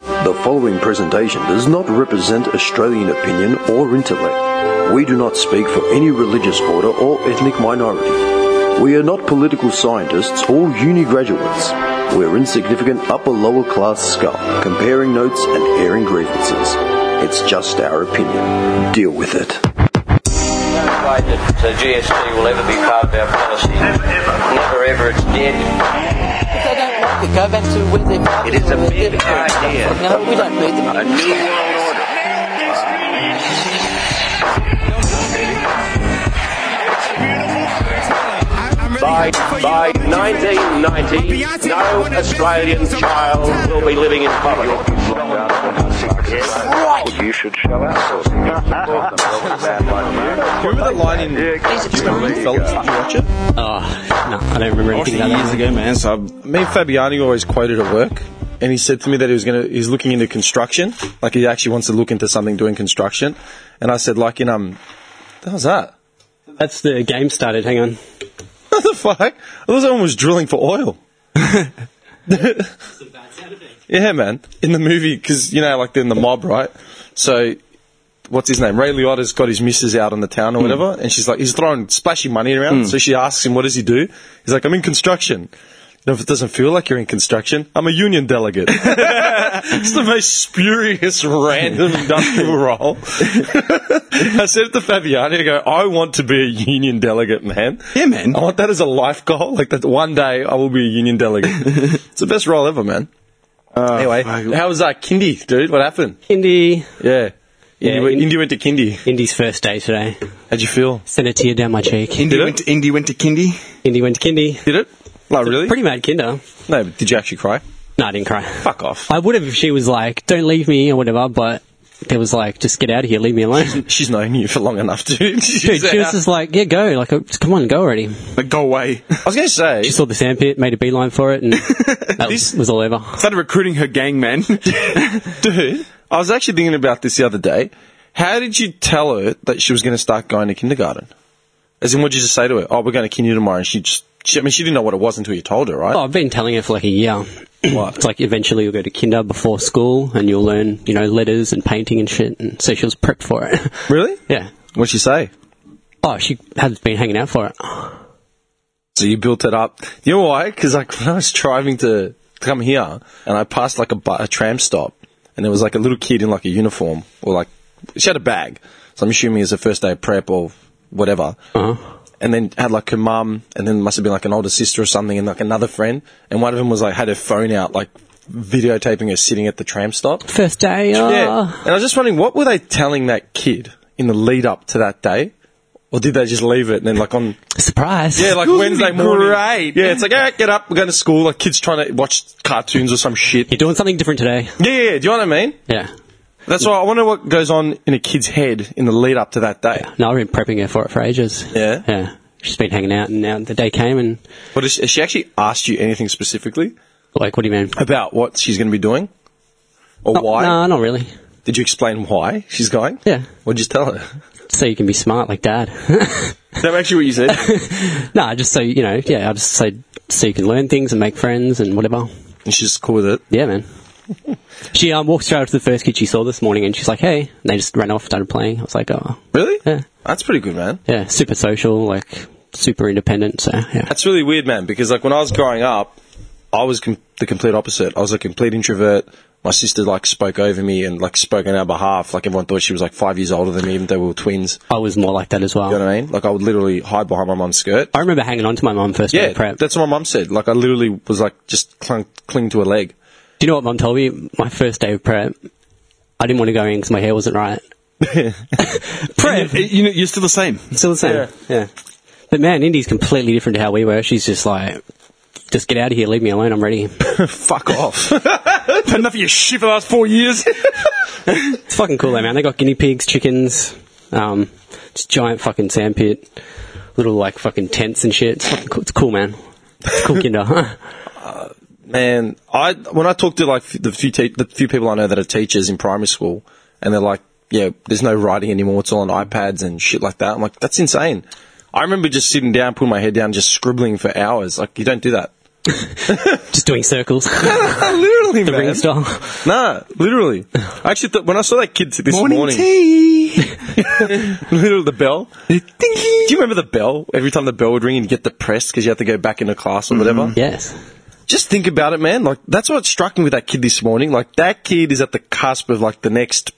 The following presentation does not represent Australian opinion or intellect. We do not speak for any religious order or ethnic minority. We are not political scientists or uni graduates. We're insignificant upper lower class scum, comparing notes and airing grievances. It's just our opinion. Deal with it. No way that uh, GST will ever be part of our policy. Never ever. Never ever. It's dead. If they don't like it, go back to where they're from. It is a Where they're big from. idea. No, we don't need them. A new world order. By, by 1990, no Australian child will be living in poverty. Right. You should shell outsourcing. Remember the line in Felix? Did you watch it? Oh, no, I don't remember I watched anything it about years that. ago, man. So I'm- me and Fabiani were always quoted at work, and he said to me that he was gonna he's looking into construction, like he actually wants to look into something doing construction. And I said, like in um, what was that? That's the game started. Hang on. What the fuck? I thought someone was drilling for oil. Yeah, man. In the movie, because you know, like they're in the mob, right? So, what's his name? Ray Liotta's got his missus out on the Hmm. town or whatever, and she's like, he's throwing splashy money around. So she asks him, "What does he do?" He's like, "I'm in construction." You know, if it doesn't feel like you're in construction, I'm a union delegate. it's the most spurious, random industrial role. I said to Fabiani, I go, I want to be a union delegate, man. Yeah, man. I want that as a life goal. Like that one day I will be a union delegate. it's the best role ever, man. anyway, how was that kindy, dude? What happened? Indy. Yeah. Yeah, Indy, went, in- Indy went to kindy. Indy's first day today. How'd you feel? Sent a tear down my cheek. Indy Did it? went, to, Indy went to Kindy. Indy went to kindy. Did it? Like, really? Pretty mad kinder. no, but did you actually cry? No, I didn't cry. Fuck off. I would have if she was like, don't leave me or whatever, but there was like, just get out of here, leave me alone. She's known you for long enough, dude. Dude, she was just like, yeah, go. Like, uh, just come on, go already. Like, go away. I was going to say, She saw the sandpit, made a beeline for it, and that was, was all over. Started recruiting her gang, man. dude, I was actually thinking about this the other day. How did you tell her that she was going to start going to kindergarten? As in, what did you just say to her? Oh, we're going to kindy tomorrow. And she just, she, I mean, she didn't know what it was until you told her, right? Oh, I've been telling her for like a year. What? It's like eventually you'll go to kinder before school and you'll learn, you know, letters and painting and shit. And so she was prepped for it. Really? yeah. What'd she say? Oh, she had been hanging out for it. So you built it up. You know why? Because like when I was driving to to come here, and I passed like a, bu- a tram stop, and there was like a little kid in like a uniform or like she had a bag. So I'm assuming it's her first day of prep or whatever. Uh-huh. And then had like her mum, and then must have been like an older sister or something, and like another friend. And one of them was like had her phone out, like videotaping her sitting at the tram stop. First day. Oh. Yeah. And I was just wondering, what were they telling that kid in the lead up to that day? Or did they just leave it and then, like, on Surprise. yeah, like School's Wednesday gonna be morning. great. Yeah, it's like, all right, get up, we're going to school. Like kids trying to watch cartoons or some shit. Yeah, You're doing something different today. yeah, yeah. Do you know what I mean? Yeah. That's why I wonder what goes on in a kid's head in the lead up to that day. No, I've been prepping her for it for ages. Yeah? Yeah. She's been hanging out and now the day came and, But has she, has she actually asked you anything specifically like, what do you mean? about what she's going to be doing? Or No, why? No, not really. Did you explain why she's going? Yeah. What'd you tell her? So you can be smart like dad. Is that actually what you said? no, just so, you know, yeah, I just say, so you can learn things and make friends and whatever. And she's just cool with it. Yeah, man. She um, walked straight up to the first kid she saw this morning, and she's like, "Hey!" And they just ran off, started playing. I was like, "Oh, Really? Yeah. That's pretty good, man. yeah, super social, like super independent." So yeah, That's really weird, man, because like when I was growing up, I was com- the complete opposite. I was a complete introvert. My sister like spoke over me and like spoke on our behalf. Like everyone thought she was like five years older than me, even though we were twins. I was more like that as well. You know what I mean? Like I would literally hide behind my mum's skirt. I remember hanging on to my mum first day Yeah, of prep. that's what my mum said. Like I literally was like just clung, cling to her leg. Do you know what mum told me? My first day of prep, I didn't want to go in because my hair wasn't right. prep, You- you know, you're still the same. still the same. Yeah. but man, Indy's completely different to how we were. She's just like, "Just get out of here, leave me alone. I'm ready." Fuck off. Had enough of your shit for the last four years. It's fucking cool though, man. They got guinea pigs, chickens, um, just giant fucking sandpit, little like fucking tents and shit. It's, fucking cool. it's cool, man. It's cool, Kinder. man, I when I talk to like f- the few te- the few people I know that are teachers in primary school, and they're like, yeah, there's no writing anymore. It's all on iPads and shit like that. I'm like, that's insane. I remember just sitting down, putting my head down, just scribbling for hours. Like, you don't do that. Just doing circles. literally, the man. ring style. Nah, literally. I actually thought, when I saw that kid this morning, Morning tea. literally the bell. Do you remember the bell? Every time the bell would ring and get depressed because you had to go back into class or Mm-hmm. whatever. Yes. Just think about it, man. Like that's what struck me with that kid this morning. Like that kid is at the cusp of like the next.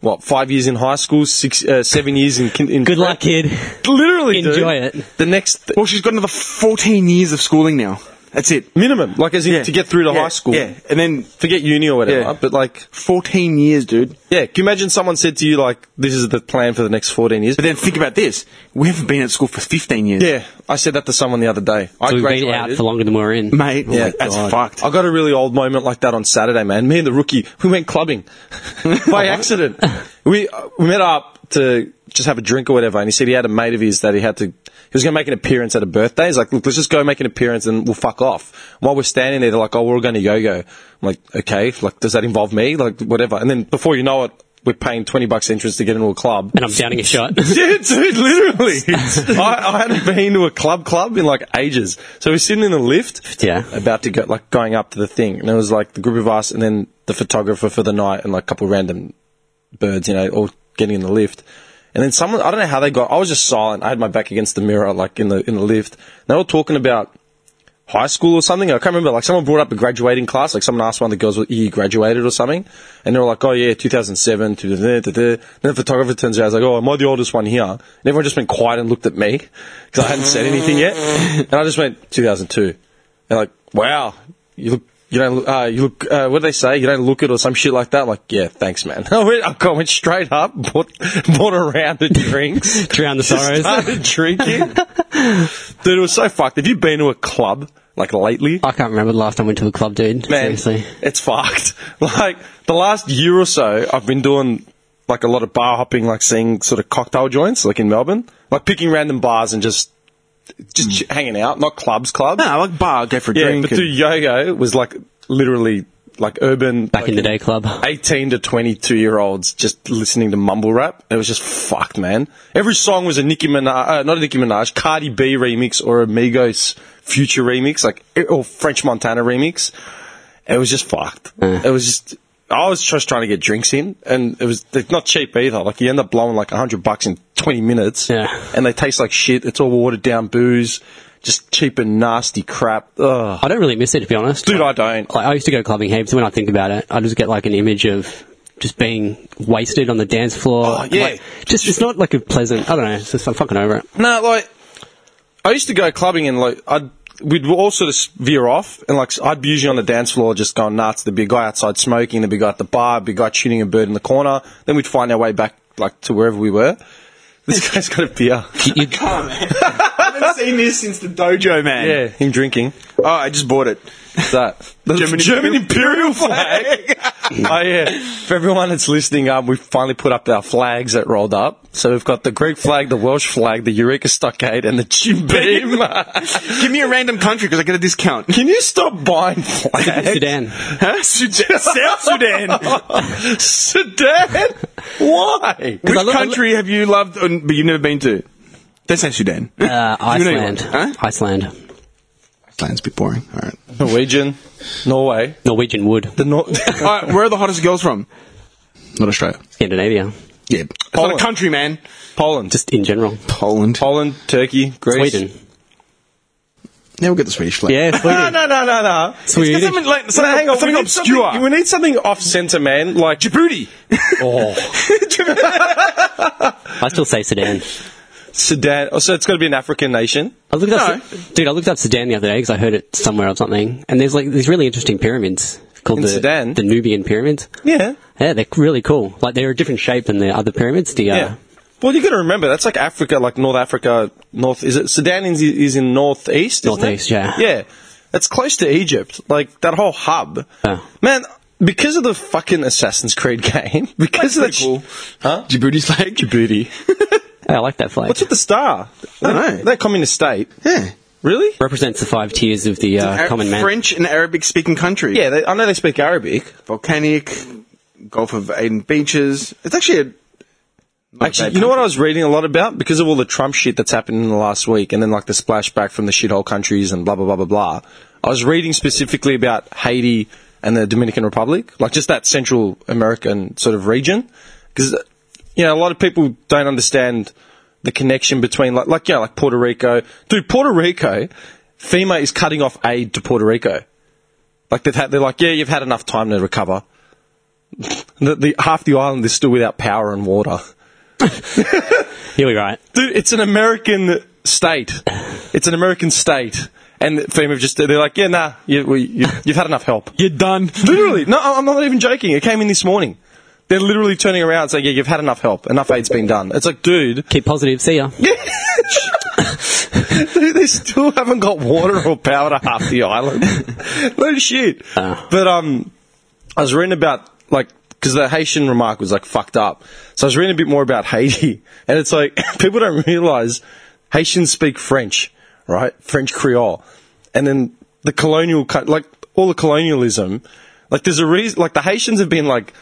What five years in high school, six, uh, seven years in, kin- in Good luck, kid. Literally, dude. Enjoy it. The next Well, she's got another 14 years of schooling now. That's it. minimum, like as in Yeah. to get through to Yeah. high school. Yeah. And then Forget uni or whatever, Yeah. but like, 14 years, dude. yeah. Can you imagine someone said to you like, "This is the plan for the next fourteen years"? But then think about this. We haven't been at school for 15 years. Yeah, I said that to someone the other day. I So we've been out graduated. for longer than we were in. Mate, Yeah. that's God. fucked. I got a really old moment like that on Saturday, man. Me and the rookie, we went clubbing by accident. We uh, we met up to just have a drink or whatever, and he said he had a mate of his that he had to. He was going to make an appearance at a birthday. He's like, "Look, let's just go make an appearance and we'll fuck off." While we're standing there, they're like, "Oh, we're all going to yo-yo." I'm like, "Okay, like, does that involve me? Like, whatever." And then before you know it, we're paying twenty bucks entrance to get into a club. And I'm downing a shot. Yeah, dude, literally. I, I hadn't been to a club club in like ages. So we're sitting in the lift, Yeah. about to go, like going up to the thing, and it was like the group of us, and then the photographer for the night, and like a couple random birds, you know, all getting in the lift. And then someone, I don't know how they got. I was just silent. I had my back against the mirror, like in the in the lift. They were talking about high school or something. I can't remember. Like someone brought up a graduating class. Like someone asked one of the girls what year you graduated or something, and they were like, "Oh yeah, 2007." 2000, da, da, da. Then the photographer turns around, he's like, "Oh, am I the oldest one here?" And everyone just went quiet and looked at me because I hadn't said anything yet, and I just went 2002. And like, wow, you look. You don't. look- Uh, you look. Uh, what do they say? You don't look it or some shit like that. I'm like, yeah, thanks, man. I went, I went straight up, bought, bought a round of drinks, Drown the just sorrows. started drinking. Dude, it was so fucked. Have you been to a club like lately? I can't remember the last time I went to the club, dude. Man, Oh, Seriously. it's fucked. Like the last year or so, I've been doing like a lot of bar hopping, like seeing sort of cocktail joints, like in Melbourne, like picking random bars and just just ch- Hmm. hanging out, not clubs, clubs. No, like bar, go for a yeah, drink. but do and- yo-yo was like literally like urban Back in the day club. 18 to 22 year olds just listening to mumble rap. It was just fucked, man. Every song was a Nicki Minaj, uh, not a Nicki Minaj, Cardi B remix or a Migos Future remix, like, eh, or French Montana remix. It was just fucked. It was just, I was just trying to get drinks in and it was it's not cheap either. Like you end up blowing like hundred bucks in 20 minutes Yeah. and they taste like shit. It's all watered down booze, just cheap and nasty crap. Ugh. I don't really miss it, to be honest. Dude, I don't. Like, I used to go clubbing heaps. When I think about it, I just get like an image of just being wasted on the dance floor. Oh, yeah. Like, just it's not like a pleasant. I don't know. It's just I'm fucking over it. No, like I used to go clubbing and like I'd we'd all sort of veer off and like I'd be usually on the dance floor just going nuts. There'd be a guy outside smoking, there'd be a guy at the bar, there'd be a guy shooting a bird in the corner. Then we'd find our way back like to wherever we were. This guy's got a beer. Oh, man. I haven't seen this since the dojo, man. Yeah, him drinking. Oh, I just bought it. What's that? The German German, Imperial flag. oh yeah. For everyone that's listening, um, we finally put up our flags that rolled up. So we've got the Greek flag, the Welsh flag, the Eureka Stockade, and the Jim Beam. Give me a random country because I get a discount. Can you stop buying flags? Sudan. Uh, Huh? Sudan. South Sudan. Sudan? Why? Which I lo- I lo- country have you loved and, but you've never been to? Don't say Sudan. Uh, You know you Iceland. want- huh? Iceland. Iceland's a bit boring. All right. Norwegian, Norway. Norwegian wood. The Nor- All right, where are the hottest girls from? Not Australia. Scandinavia. Yeah. It's Poland. not a country, man. Poland. Just in general. Poland. Poland, Turkey, Greece. Sweden. Now we'll get the Swedish flag. Yeah, No, Sweden. no, no, no, no. Sweden. It's 'cause I'm like- No, hang on. Something we need obscure. something- we need something off centre, man. Like Djibouti. Oh. I still say Sudan. Sudan. Oh, so it's got to be an African nation. I looked up, No. Su- dude. I looked up Sudan the other day because I heard it somewhere or something. And there's like these really interesting pyramids called In the Sudan? the Nubian pyramids. Yeah. Yeah, they're really cool. Like they're a different shape than the other pyramids. The uh, Yeah. Well, you got to remember that's like Africa, like North Africa, North. Is it Sudan is, is in northeast? isn't it? Northeast, yeah. Yeah, it's close to Egypt. Like that whole hub, Yeah. man. Because of the fucking Assassin's Creed game, because of that, sh- huh? Djibouti's flag. Djibouti. yeah, I like that flag. What's with the star? I don't know. That, that communist state, Yeah. really? represents the five tiers of the uh, Ar- common man. French and Arabic speaking country. Yeah, they, I know they speak Arabic. Volcanic, Gulf of Aden beaches. It's actually a. not a Actually, bad you know what I was country. reading a lot about because of all the Trump shit that's happened in the last week, and then like the splashback from the shithole countries and blah blah blah blah blah. I was reading specifically about Haiti and the Dominican Republic, like just that Central American sort of region, because you know a lot of people don't understand the connection between like like you know like Puerto Rico. Dude, Puerto Rico, FEMA is cutting off aid to Puerto Rico. Like they've had, they're like, yeah, you've had enough time to recover. the, the, half the island is still without power and water. You'll be right. Dude, it's an American state. It's an American state. And FEMA have just, they're like, yeah, nah, you, we, you, you've had enough help. You're done. literally, no, I'm not even joking. It came in this morning. They're literally turning around saying, yeah, you've had enough help. Enough aid's been done. It's like, dude, Keep positive. See ya. dude, they still haven't got water or power to half the island. no shit. But, um, I was reading about, like, because the Haitian remark was, like, fucked up. So I was reading a bit more about Haiti. And it's like, people don't realize Haitians speak French, right? French Creole. And then the colonial, co- like, all the colonialism, like, there's a reason, like, the Haitians have been, like,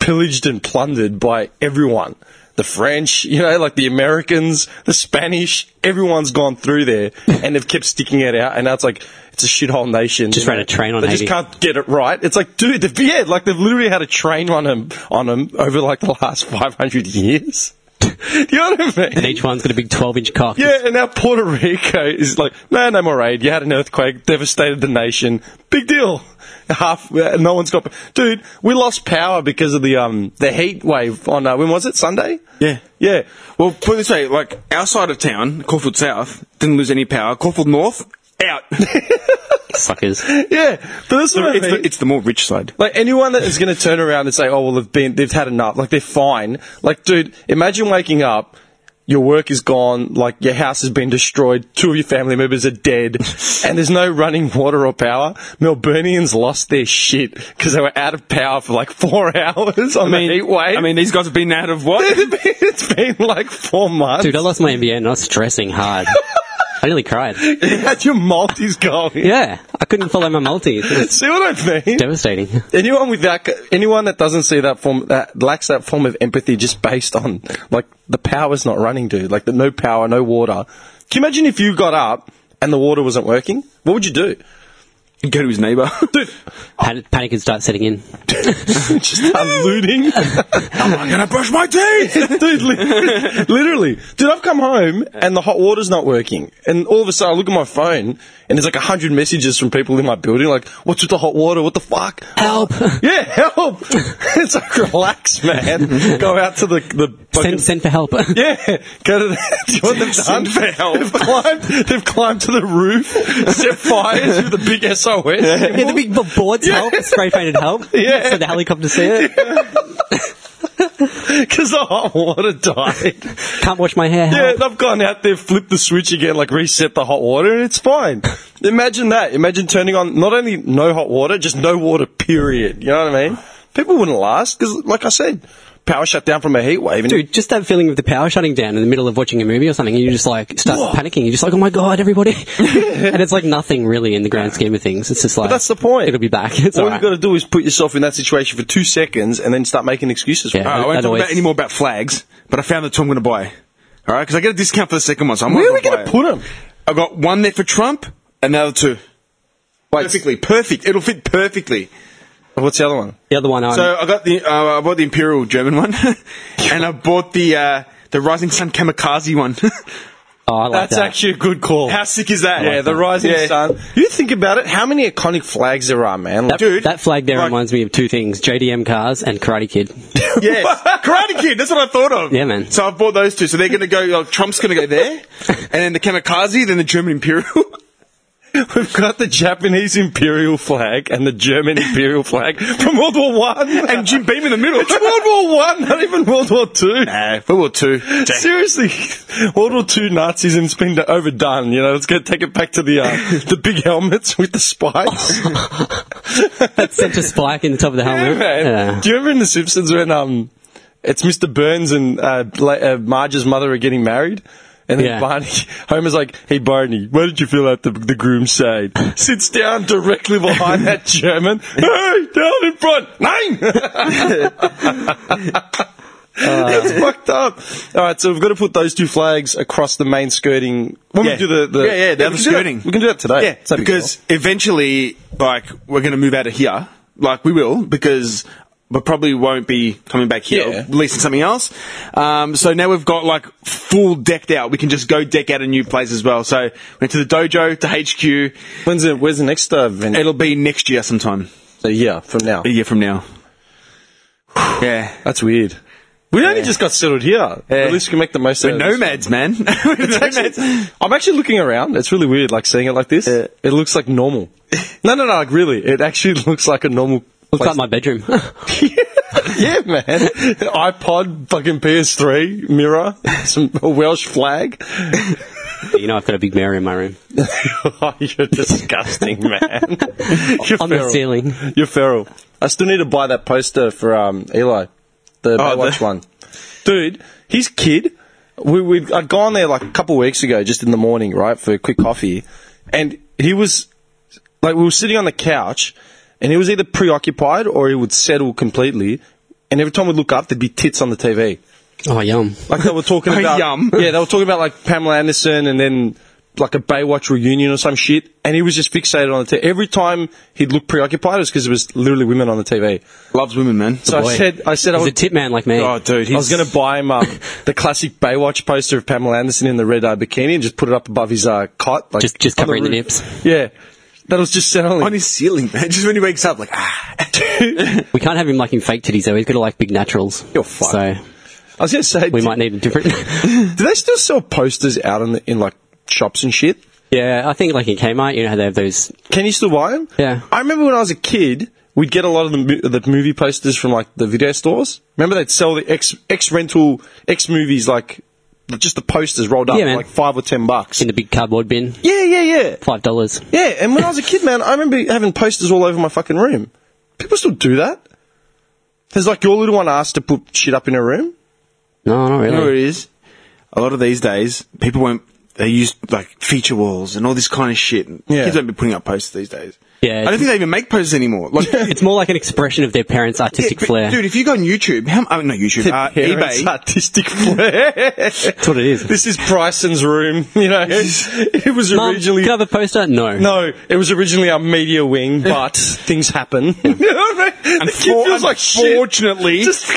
pillaged and plundered by everyone. The French, you know, like the Americans, the Spanish, everyone's gone through there and they've kept sticking it out. And now it's like, it's a shithole nation. Just you ran know. a train on They Haiti. just can't get it right. It's like, dude, they've, yeah, like they've literally had a train on them, on 'em over like the last 500 years. you know what I mean? And each one's got a big 12 inch cock. Yeah, and now Puerto Rico is like, no, no more aid. You had an earthquake, devastated the nation. Big deal. Half, uh, no one's got. Dude, we lost power because of the um the heat wave on uh, when was it Sunday? Yeah. yeah. Well, put it this way, like, our side of town, Caulfield South, didn't lose any power. Caulfield North, out. Suckers. yeah. But that's what I it's, mean. the, it's the more rich side. Like anyone that is going to turn around and say, "Oh well, they've been, they've had enough," like they're fine. Like, dude, imagine waking up, your work is gone, like your house has been destroyed, two of your family members are dead, and there's no running water or power. Melburnians lost their shit because they were out of power for like four hours on the heat wave. I mean, these guys have been out of what? it's been like four months. Dude, I lost my MBN and I was stressing hard. I nearly cried. you had your multis going. Yeah. I couldn't follow my multi. It was See what I mean? devastating. anyone with that, anyone that doesn't see that form, that lacks that form of empathy just based on, like, the power's not running, dude. Like, the no power, no water. Can you imagine if you got up and the water wasn't working? What would you do? Go to his neighbour. Dude, Pan- panic would start setting in. just start looting. I'm going to brush my teeth! dude, literally, literally. Dude, I've come home and the hot water's not working. And all of a sudden I look at my phone and there's like a hundred messages from people in my building like, what's with the hot water? What the fuck? Help! Yeah, help! it's like, relax, man. Go out to the, the fucking- Send, send for help. Yeah, go to the, do you want them done? Send for help. They've climbed, they've climbed to the roof, set fires with the big SOS. Yeah, the big b- boards help, spray painted help. Yeah. So the helicopter see it. Because the hot water died. Can't wash my hair. Yeah, Help. they've gone out there, flipped the switch again, like reset the hot water, and it's fine. Imagine that. Imagine turning on not only no hot water, just no water, period. You know what I mean? People wouldn't last, because, like I said, power shut down from a heat wave. And Dude, just that feeling of the power shutting down in the middle of watching a movie or something, and you just like start panicking. You're just like, oh my god, everybody. and it's like nothing really in the grand scheme of things. It's just like. that's the point. It'll be back. It's all all right. you've got to do is put yourself in that situation for two seconds and then start making excuses. Yeah. All right, I won't That talk always- about any more about flags, but I found the two I'm going to buy. All right, because I get a discount for the second one, so I'm Where are we not going gonna to buy put them? it. I got one there for Trump, and the other two. Perfectly, perfect. It'll fit perfectly. What's the other one? The other one, I'm, So I got the uh, I bought the Imperial German one, and I bought the uh, the Rising Sun Kamikaze one. oh, I like That's that. actually a good call. How sick is that? yeah, the rising Yeah. sun. You think about it, how many iconic flags there are, man? Like, Dude. That flag there Like- reminds me of two things: JDM cars and Karate Kid. Yes, Karate Kid. That's what I thought of. Yeah, man. So I bought those two. So they're going to go. Like, Trump's going to go there, and then the Kamikaze, then the German Imperial. we've got the Japanese imperial flag and the German imperial flag from World War One, And Jim Beam in the middle. It's World War One, not even World War Two. nah, World War Two. Seriously, World War Two Nazism's been overdone. You know, let's go take it back to the uh, the big helmets with the spikes. That centre spike in the top of the helmet. man. Yeah. Do you remember in The Simpsons when um, it's Mr. Burns and uh, Bla- uh, Marge's mother are getting married? And then Yeah. Barney, Homer's like, hey Barney, why don't you fill out the, the groom's side? Sits down directly behind that German. Hey, down in front, nine! Uh. it's fucked up. All right, so we've got to put those two flags across the main skirting. When Yeah. we do the, the Yeah, yeah, the we other can do that- skirting. we can do that today. It's no Yeah, big deal. because eventually, like, we're going to move out of here. Like, we will, because we probably won't be coming back here, Yeah. at least in something else. Um, so now we've got, like, full decked out. We can just go deck out a new place as well. So, went to the dojo, to HQ. when's the, where's the next uh, venue? It'll be next year sometime, a year from now. a year from now. yeah. That's weird. We only just got settled here. Yeah. At least we can make the most We're out of it. nomads, man. We're It's nomads. actually- I'm actually looking around. It's really weird, like seeing it like this. Yeah. It looks like normal. No, no, no. Like really, it actually looks like a normal. Looks place. like my bedroom. yeah, man. iPod, fucking PS3, mirror, some a Welsh flag. you know, I've got a big mirror in my room. Oh, you're disgusting, man. You're On the ceiling. You're feral. I still need to buy that poster for um, Eli, Oh, the Baywatch the- one. Dude, his kid. We, we I'd gone there like a couple weeks ago, just in the morning, right, for a quick coffee, and he was like, we were sitting on the couch, and he was either preoccupied or he would settle completely. And every time we look up, there'd be tits on the TV. Oh, yum. Like they were talking Oh, about, yum. yeah, they were talking about like Pamela Anderson and then like a Baywatch reunion or some shit. And he was just fixated on the TV. Every time he'd look preoccupied, it was because it was literally women on the TV. Loves women, man. So I Boy. said, I said, I He's a would. tip man like me. Oh, dude, I was he's- going to buy him um, the classic Baywatch poster of Pamela Anderson in the red eye bikini and just put it up above his uh, cot, like Just- just on covering the roof. nips. Yeah, that was just settling. on his ceiling, man. Just when he wakes up, like, ah. We can't have him liking fake titties though. He's got to like big naturals. You're fucked. So I was going to say, we do, might need a different. do they still sell posters out in the, in like shops and shit? yeah, I think like in Kmart, you know how they have those. Can you still buy them? Yeah. I remember when I was a kid, we'd get a lot of the, mo- the movie posters from like the video stores. Remember they'd sell the X X rental X movies like just the posters rolled up Yeah, for man. like five or ten bucks. in the big cardboard bin. Yeah, yeah, yeah, Five dollars. yeah. And when I was a kid, man, I remember having posters all over my fucking room. People still do that. Has like your little one asked to put shit up in her room? No, not You know what really. it is? A lot of these days, people won't. They use like feature walls and all this kind of shit. Yeah. Kids don't be putting up posters these days. Yeah, I don't think they even make posters anymore. Like, It's more like an expression of their parents' artistic but, flair. dude, if you go on YouTube, how, I mean, not YouTube, uh, Parents' eBay. artistic flair. That's what it is. this is Bryson's room. You know, it was Mum, originally can I have a poster? No. No, it was originally our media wing, but things happen. you know what I mean? the kid for- feels like shit. unfortunately- Just-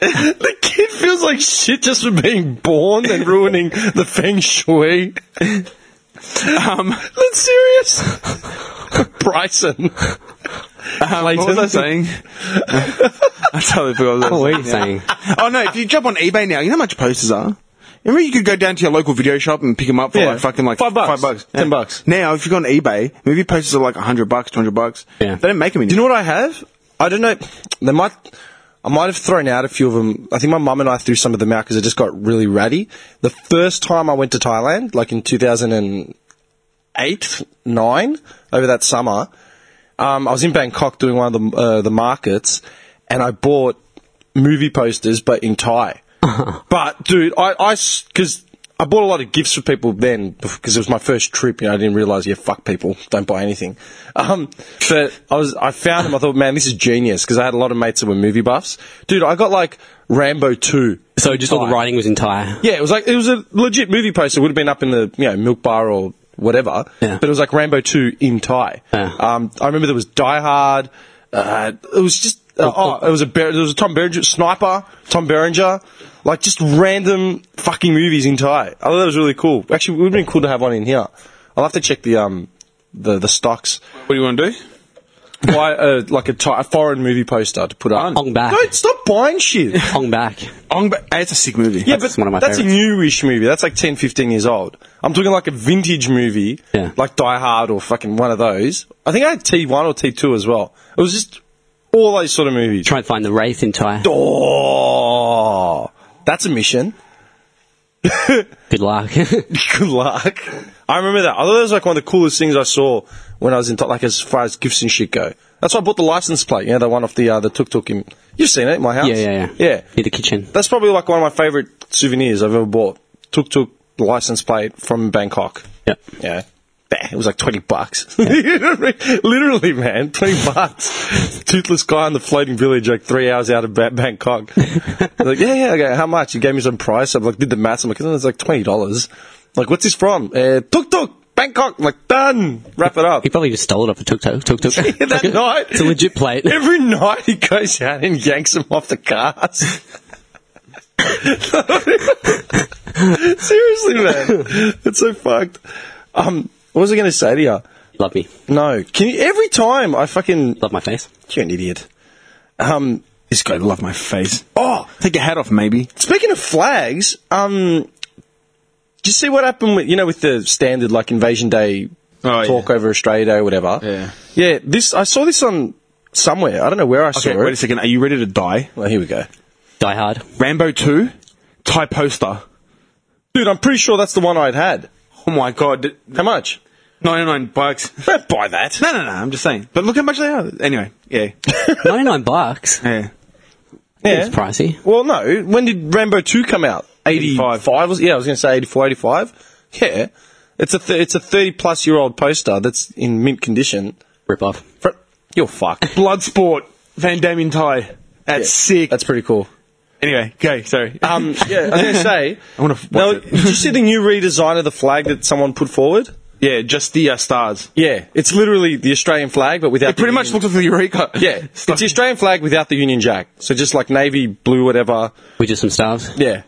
the kid feels like shit just for being born and ruining the feng shui. Um, That's serious. Um, Bryson. what Oh, was I saying? I totally forgot what I was What are you saying? oh no, if you jump on eBay now, you know how much posters are? Remember you could go down to your local video shop and pick them up for Yeah. like fucking like Five bucks. five bucks, Ten bucks. Now, if you go on eBay, movie posters are like hundred bucks, two hundred bucks. Yeah. they don't make them anymore. Do you know what I have? I don't know. They might. I might have thrown out a few of them. I think my mum and I threw some of them out because it just got really ratty. The first time I went to Thailand, like in 2008, 9, over that summer, um, I was in Bangkok doing one of the, uh, the markets and I bought movie posters, but in Thai. But dude, I, I, because I bought a lot of gifts for people then because it was my first trip. You know, I didn't realize, yeah, fuck people, don't buy anything. Um, but I was, I found them. I thought, man, this is genius because I had a lot of mates that were movie buffs. Dude, I got like Rambo two. So just all the writing was entire. Yeah, it was like it was a legit movie poster. It would have been up in the you know milk bar or whatever. Yeah. But it was like Rambo two in Thai. Yeah. Um, I remember there was Die Hard. Uh, it was just uh, oh, it was a Ber- there was a Tom Berenger sniper, Tom Berenger, like just random fucking movies in Thai. I thought that was really cool. Actually, it would have been cool to have one in here. I'll have to check the um the the stocks. What do you want to do? Buy a, like a, Thai, a foreign movie poster to put up. Ong back. Don't stop buying shit. Hung back. Ong Ba- hey, it's a sick movie. Yeah, That's but one of my that's favorites. a newish movie. That's like 10, 15 years old. I'm talking like a vintage movie, Yeah. like Die Hard or fucking one of those. I think I had T1 or T2 as well. It was just all those sort of movies. Try and find the wraith in Thai. Oh, that's a mission. Good luck. Good luck. I remember that. I thought that was like one of the coolest things I saw when I was in, Tha- like as far as gifts and shit go. That's why I bought the license plate. You know, the one off the uh, the tuk tuk. in- You've seen it in my house. Yeah, yeah, yeah. Yeah. Near the kitchen. That's probably like one of my favorite souvenirs I've ever bought. Tuk tuk license plate from Bangkok. Yep. Yeah. bah, it was like 20 bucks. Literally, man, 20 bucks. Toothless guy on the floating village, like three hours out of Ba- Bangkok. like, yeah, yeah, okay, how much? He gave me some price. I'm like, did the maths. I'm like, oh, it's like $20. Like, what's this from? Uh, tuk tuk, Bangkok. I'm like, done. Wrap it up. He probably just stole it off a tuk tuk. Tuk tuk. that night. It's a legit plate. Every night he goes out and yanks them off the cars. Seriously, man, it's so fucked. Um, what was I going to say to you? Love me. No, can you? Every time I fucking Love my face. you're an idiot. Um, This guy love my face. oh, Take your hat off, maybe. speaking of flags, um, did you see what happened with you know with the standard like Invasion Day Oh, talk over Australia Day or whatever? Yeah. yeah. This I saw this on somewhere. I don't know where I saw Okay, it. wait a second. Are you ready to die? Well, here we go. Die hard. Rambo 2, Thai poster. Dude, I'm pretty sure that's the one I'd had. Oh my god. How much? 99 bucks. Don't buy that. No, no, no. I'm just saying. But look how much they are. Anyway, yeah. 99 bucks. yeah. Yeah. It's pricey. Well, no. When did Rambo 2 come out? 85. 85. was- Yeah, I was going to say 84, 85. Yeah. It's a, th- it's a 30 plus year old poster that's in mint condition. Rip off. Fr- You're fucked. Bloodsport, Van Damme in Thai. That's sick. That's pretty cool. anyway, okay, sorry. Um, yeah, I was going to say. I wanna f- Now, watch it. did you see the new redesign of the flag that someone put forward? yeah, just the uh, stars. Yeah. It's literally the Australian flag, but without. It pretty much looks like the Eureka. Yeah. It's the Australian flag without the Union Jack. So just like navy, blue, whatever. We just some stars. Yeah.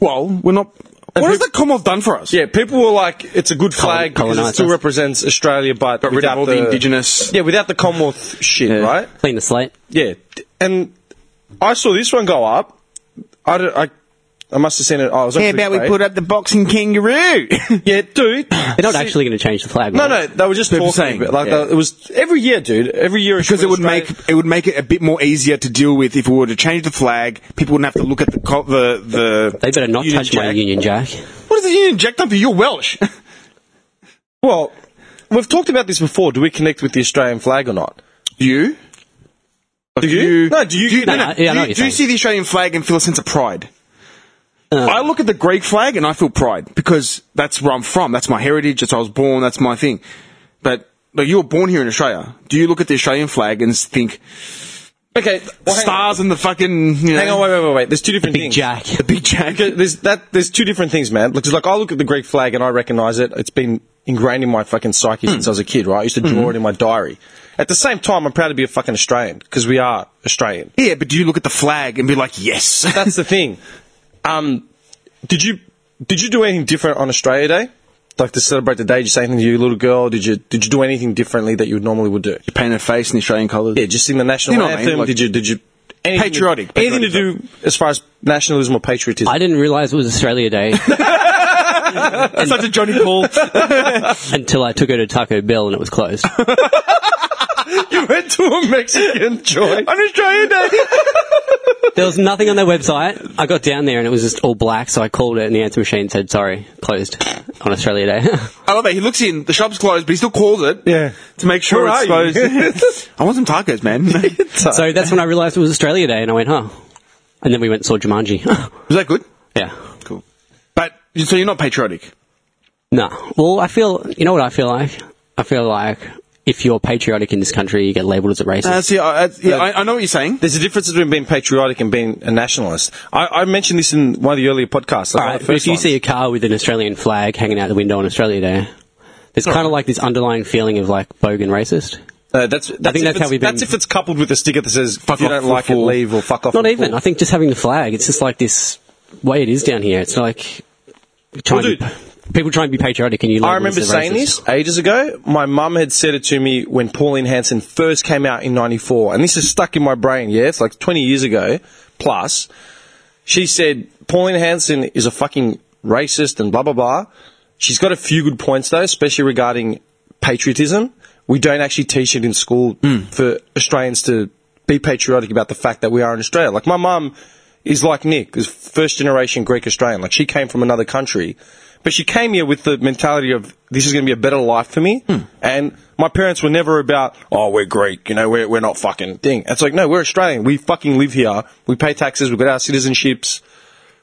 Well, we're not. What has who- the Commonwealth done for us? Yeah, people were like, "It's a good flag Colonised because it still us. represents Australia, but Got rid of without all the indigenous- Yeah, without the Commonwealth shit, right? Clean the slate. Yeah, and I saw this one go up. I don't- I, I must have seen it. Oh, I was on clickbait. up the boxing kangaroo? Yeah, dude. They're not actually going to change the flag. No, right? no, they were just People talking. saying, about- like yeah. they- it was every year, dude. Every year, because it would Australia- make it would make it a bit more easier to deal with if we were to change the flag. People wouldn't have to look at the co- the the. They better not Union touch my Jack. Union Jack. What is the Union Jack done for you? You're Welsh. Well, we've talked about this before. Do we connect with the Australian flag or not? you? Do you? No, do you? no, no, no, yeah, I know what do, you, you're do you saying. Uh. see the Australian flag and feel a sense of pride? I look at the Greek flag and I feel pride because that's where I'm from. That's my heritage. That's where I was born. That's my thing. But like, you were born here in Australia. Do you look at the Australian flag and think Okay, well, hang on. stars and the fucking you know, Hang on, wait, wait, wait, wait. There's two different Big things. Jack. the big jack? Because there's that. There's two different things, man. Because like I look at the Greek flag and I recognize it. It's been ingrained in my fucking psyche Hmm. since I was a kid, right? I used to draw it in my diary. At the same time, I'm proud to be a fucking Australian because we are Australian. Yeah, but do you look at the flag and be like, yes? That's the thing. Um, did you did you do anything different on Australia Day? Like to celebrate the day? Did you say anything to your little girl? Did you did you do anything differently that you would normally would do? Painted face in Australian colours. Yeah, just sing the national You know what I anthem. mean, like- did you did you anything Patriotic, anything to patriotic do as far as nationalism or patriotism? I didn't realize it was Australia Day That's such a Johnny Paul. until I took her to Taco Bell and it was closed. you went to a Mexican joint on Australia Day. there was nothing on their website. I got down there and it was just all black, so I called it and the answer machine said, sorry, closed on Australia Day. I love that. He looks in, the shop's closed, but he still calls it. Yeah. To make sure Where it's are you? closed. I want some tacos, man. Was so that's when I realized it was Australia Day and I went, huh. And then we went and saw Jumanji. that good? yeah. Cool. But, so you're not patriotic? No. Well, I feel, you know what I feel like? I feel like if you're patriotic in this country, you get labeled as a racist. Uh, see, I, I, yeah, I, I know what you're saying. There's a difference between being patriotic and being a nationalist. I, I mentioned this in one of the earlier podcasts. Like one All right, of the but first if you ones. see a car with an Australian flag hanging out the window on Australia Day, there's kind of like this underlying feeling of like bogan racist. No, uh, that's, that's think if that's it's- how we've That's been- if it's coupled with a sticker that says "fuck you off, don't like it, fool." leave" or "fuck off." Not you even. fool." I think just having the flag, it's just like this way it is down here. It's like trying Well, to, people try and be patriotic and you. I label remember us as saying racist. this ages ago. My mum had said it to me when Pauline Hanson first came out in '94, and this is stuck in my brain. Yeah, it's like 20 years ago plus. She said Pauline Hanson is a fucking racist and blah blah blah. She's got a few good points though, especially regarding patriotism. We don't actually teach it in school for Australians to be patriotic about the fact that we are in Australia. Like my mum is like Nick, is first generation Greek Australian. Like she came from another country, but she came here with the mentality of this is going to be a better life for me. And my parents were never about, oh, we're Greek, you know, we're, we're not fucking thing. It's like, no, we're Australian. We fucking live here. We pay taxes. We've got our citizenships.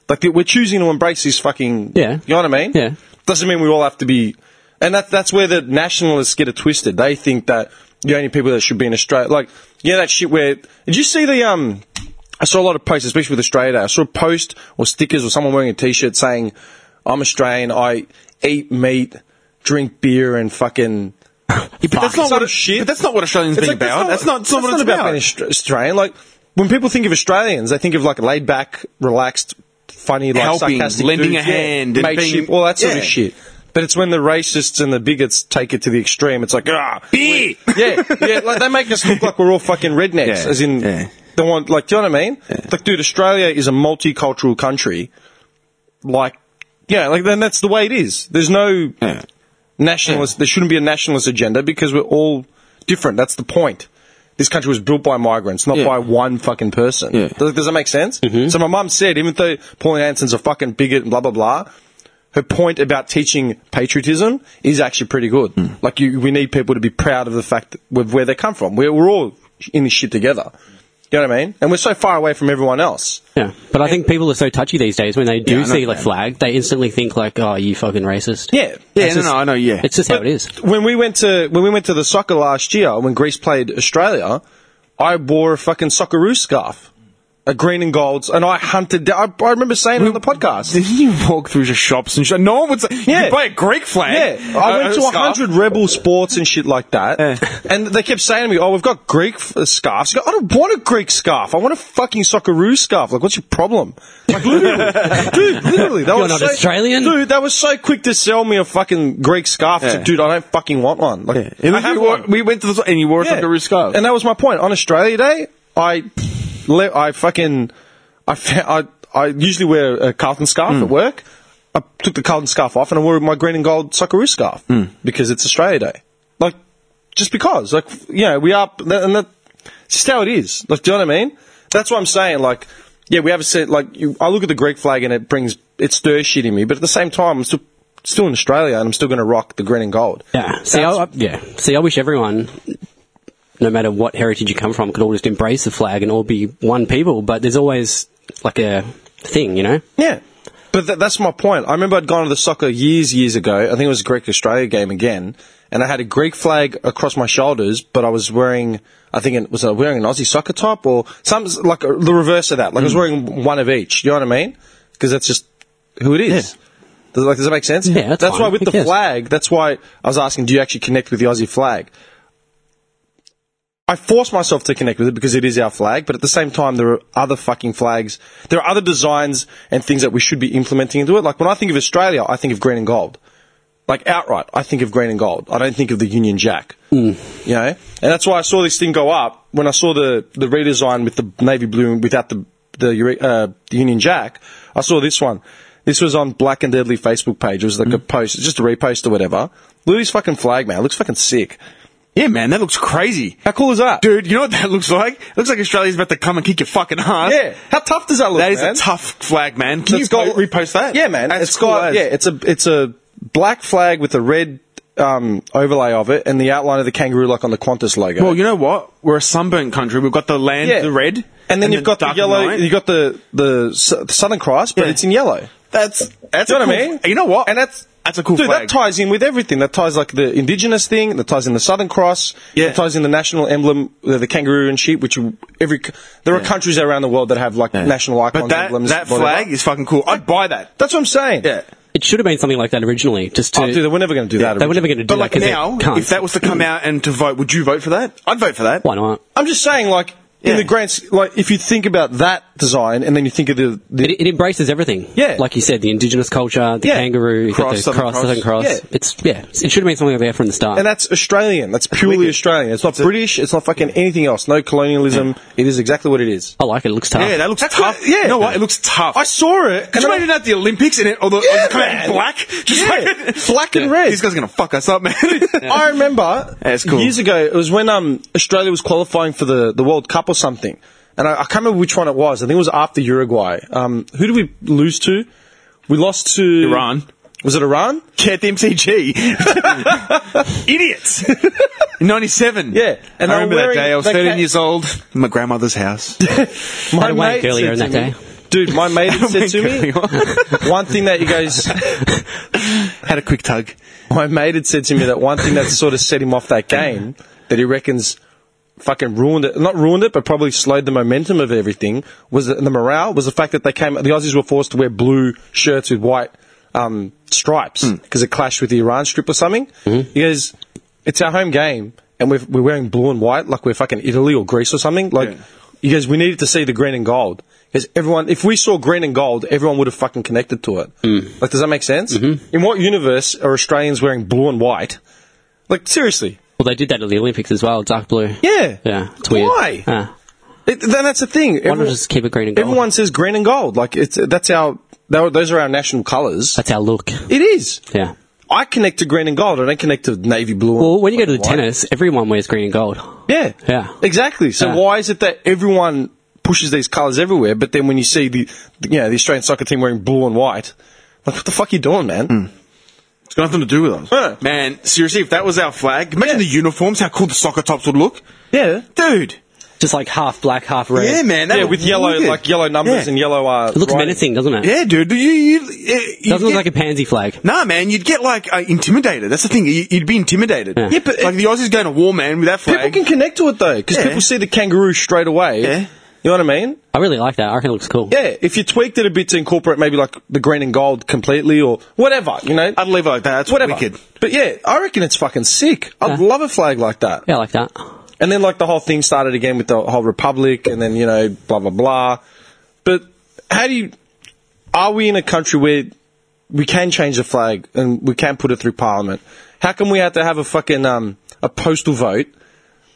Like we're choosing to embrace this fucking. Yeah. You know what I mean? Yeah. Doesn't mean we all have to be And that, that's where the nationalists get it twisted. They think that the only people that should be in Australia, like, you know, that shit where, did you see the, um, I saw a lot of posts, especially with Australia Day. I saw a post or stickers or someone wearing a t-shirt saying, I'm Australian, I eat meat, drink beer and fucking, but that's Some not what it- shit. But that's not what Australians It's being like, about. That's not, that's not what it's about. being Austra- Australian. Like when people think of Australians, they think of like laid back, relaxed, funny, like Helping, sarcastic lending dudes, a hand yeah, and mateship, being- all that sort yeah. of shit. But it's when the racists and the bigots take it to the extreme. It's like ah, Beer! we- yeah, yeah. Like they make us look like we're all fucking rednecks, Yeah, as in yeah. they want. Like, do you know what I mean? Like, dude, Australia is a multicultural country. Like, yeah, like then that's the way it is. There's no Yeah. nationalist. There shouldn't be a nationalist agenda because we're all different. That's the point. This country was built by migrants, not Yeah. by one fucking person. Yeah. Mm-hmm. Does, does that make sense? So my mum said, even though Pauline Hanson's a fucking bigot and blah blah blah, her point about teaching patriotism is actually pretty good. Hmm. Like you, we need people to be proud of the fact that with where they come from. We're, we're all in this shit together. You know what I mean? And we're so far away from everyone else. Yeah, but I think people are so touchy these days. When they do Yeah, I know see like that. flag, they instantly think like, "Oh, you fucking racist." Yeah. Yeah, That's no, just- no, I know, yeah. it's just how But it is. When we went to when we went to the soccer last year, when Greece played Australia, I wore a fucking Socceroo scarf, a green and golds, and I hunted. down I, I remember saying it on the podcast. Didn't you walk through the shops and shit? No one would say, yeah. Yeah. you buy a Greek flag. Yeah, I went to a hundred Rebel Sports and shit like that, and they kept saying to me, "Oh, we've got Greek f- uh, scarves." I, go, I don't want a Greek scarf. I want a fucking Socceroo scarf. Like, what's your problem? Like, literally, dude, literally. That You're was not so, Australian? dude. That was so quick to sell me a fucking Greek scarf. It's like, Yeah. dude, I don't fucking want one. Like, And I have you wore, one. we went to the store and you wore a Yeah. Socceroos scarf. And that was my point. On Australia Day, I le- I fucking I, fa- I I usually wear a Carlton scarf at work. I took the Carlton scarf off and I wore my green and gold Socceroo scarf because it's Australia Day. Like just because, like you know, we are, and that it's just how it is. Like, do you know what I mean? That's what I'm saying. Like, yeah, we have a set. Like, you, I look at the Greek flag and it brings it stirs shit in me, but at the same time, I'm still still in Australia and I'm still going to rock the green and gold. Yeah. See, I, I, yeah. See, I wish everyone, no matter what heritage you come from, could all just embrace the flag and all be one people. But there's always like a thing, you know. Yeah. But th- that's my point. I remember I'd gone to the soccer years, years ago. I think it was a Greek Australia game again. And I had a Greek flag across my shoulders, but I was wearing, I think it was I wearing an Aussie soccer top or some, like uh, the reverse of that. Like I was Hmm. wearing one of each. You know what I mean? Because that's just who it is. Does, like, does that make sense? Yeah, that's fine. why with Who the cares? flag, that's why I was asking, do you actually connect with the Aussie flag? I force myself to connect with it because it is our flag, but at the same time, there are other fucking flags. There are other designs and things that we should be implementing into it. Like when I think of Australia, I think of green and gold. Like outright, I think of green and gold. I don't think of the Union Jack. You know? And that's why I saw this thing go up when I saw the, the redesign with the navy blue and without the, the, ure- uh, the Union Jack. I saw this one. This was on Black and Deadly Facebook page. It was like a post, just a repost or whatever. Look at his fucking flag, man. It looks fucking sick. yeah, man, that looks crazy. How cool is that? Dude, you know what that looks like? It looks like Australia's about to come and kick your fucking ass. Yeah. How tough does that look? That is man? a tough flag, man. Can That's you po- repost that? Yeah, man. That's it's cool got as. yeah. It's a it's a black flag with a red um, overlay of it and the outline of the kangaroo like on the Qantas logo. Well, you know what? We're a sunburnt country. We've got the land, the red, and then you've got the dark yellow. night. You've got the the Su- Southern Cross, but Yeah. it's in yellow. that's that's Do you know a what cool- I mean? You know what? And that's that's a cool Dude, flag. that ties in with everything. That ties like the indigenous thing. That ties in the Southern Cross. Yeah. That ties in the national emblem, the, the kangaroo and sheep. Which you- every c- there are countries around the world that have like national icons. but that emblems, that whatever. flag is fucking cool. I'd buy that. That's what I'm saying. Yeah. It should have been something like that originally. Just to Oh, dude, they were never going to do that. they were originally. never going to do But that like 'cause they now, can't. if that was to come out and to vote, would you vote for that? I'd vote for that. why not? I'm just saying, like in Yeah. the grand, s- like if you think about that design, and then you think of the, the It, it embraces everything. Yeah. like you said, the indigenous culture, the Yeah. kangaroo, you've got Cross, the Southern cross, Cross. Southern Cross. Yeah. It's yeah. It should have been something like that from the start. and that's Australian. That's purely wicked. Australian. It's not British. It's not fucking anything else. No colonialism. It is exactly what it is. I like it. It looks Oh, tough. Yeah, that looks That's tough. what- yeah. you know what? It looks tough. I saw it. and Could you I- imagine at the Olympics and it, or the, Yeah, or come out man. in black, just Yeah. like- Black and red. These guys are gonna fuck us up, man. I remember Yeah, it's cool. years ago. It was when um, Australia was qualifying for the, the World Cup or something, and I, I can't remember which one it was. I think it was after Uruguay. Um, who did we lose to? We lost to Iran. Was it Iran? Yeah, the MCG. Idiots. In 97. Yeah, and they I were remember that wearing- day. I was they 13 ca- years old in my grandmother's house. My I'd awake mate earlier said in that to me- day. Dude, Oh my mate said to me Had one thing that you guys a quick tug. my mate had said to me that one thing that sort of set him off that game that he reckons fucking ruined it, not ruined it, but probably slowed the momentum of everything was the, the morale was the fact that they came, the Aussies were forced to wear blue shirts with white um, stripes Hmm. because it clashed with the Iran strip or something. He goes, it's our home game and we're, we're wearing blue and white like we're fucking Italy or Greece or something. Like, Yeah. he goes, we needed to see the green and gold. Because everyone, if we saw green and gold, everyone would have fucking connected to it. Hmm. Like, does that make sense? Mm-hmm. In what universe are Australians wearing blue and white? Like, seriously. Well, they did that at the Olympics as well, dark blue. Yeah. Yeah, it's weird. Why? Yeah. It, then that's the thing. Why not just keep it green and gold? Everyone says green and gold. Like it's that's our tho- those are our national colours. That's our look. It is. Yeah. I connect to green and gold. I don't connect to navy blue. and- Well, when you go to the Why? tennis, everyone wears green and gold. yeah, Yeah. exactly. So Yeah. why is it that everyone pushes these colours everywhere, but then when you see the the- you know the Australian soccer team wearing blue and white, like what the fuck you doing, man? Hmm. It's got nothing to do with us. Huh. Man, seriously, if that was our flag, imagine the uniforms, how cool the soccer tops would look. Yeah, Dude. Just like half black, half red. Yeah, man. that yeah, would with look yellow good. like yellow numbers Yeah. and yellow. Uh, It looks writing. menacing, doesn't it? Yeah, dude. You, you, it Doesn't look like a pansy flag. Nah, man, you'd get like uh, intimidated. That's the thing. you- You'd be intimidated. Yeah. Yeah, but- like the Aussies going to war, man, with that People flag. can connect to it though, because Yeah. people see the kangaroo straight away. Yeah. You know what I mean? I really like that. I reckon it looks cool. Yeah, if you tweaked it a bit to incorporate maybe like the green and gold completely or whatever, you know, I'd leave it like that. That's whatever. wicked. But yeah, I reckon it's fucking sick. I'd Yeah. love a flag like that. Yeah, I like that. And then like the whole thing started again with the whole republic, and then you know, blah blah blah. But how do you? Are we in a country where we can change the flag and we can put it through parliament? How come we have to have a fucking um a postal vote?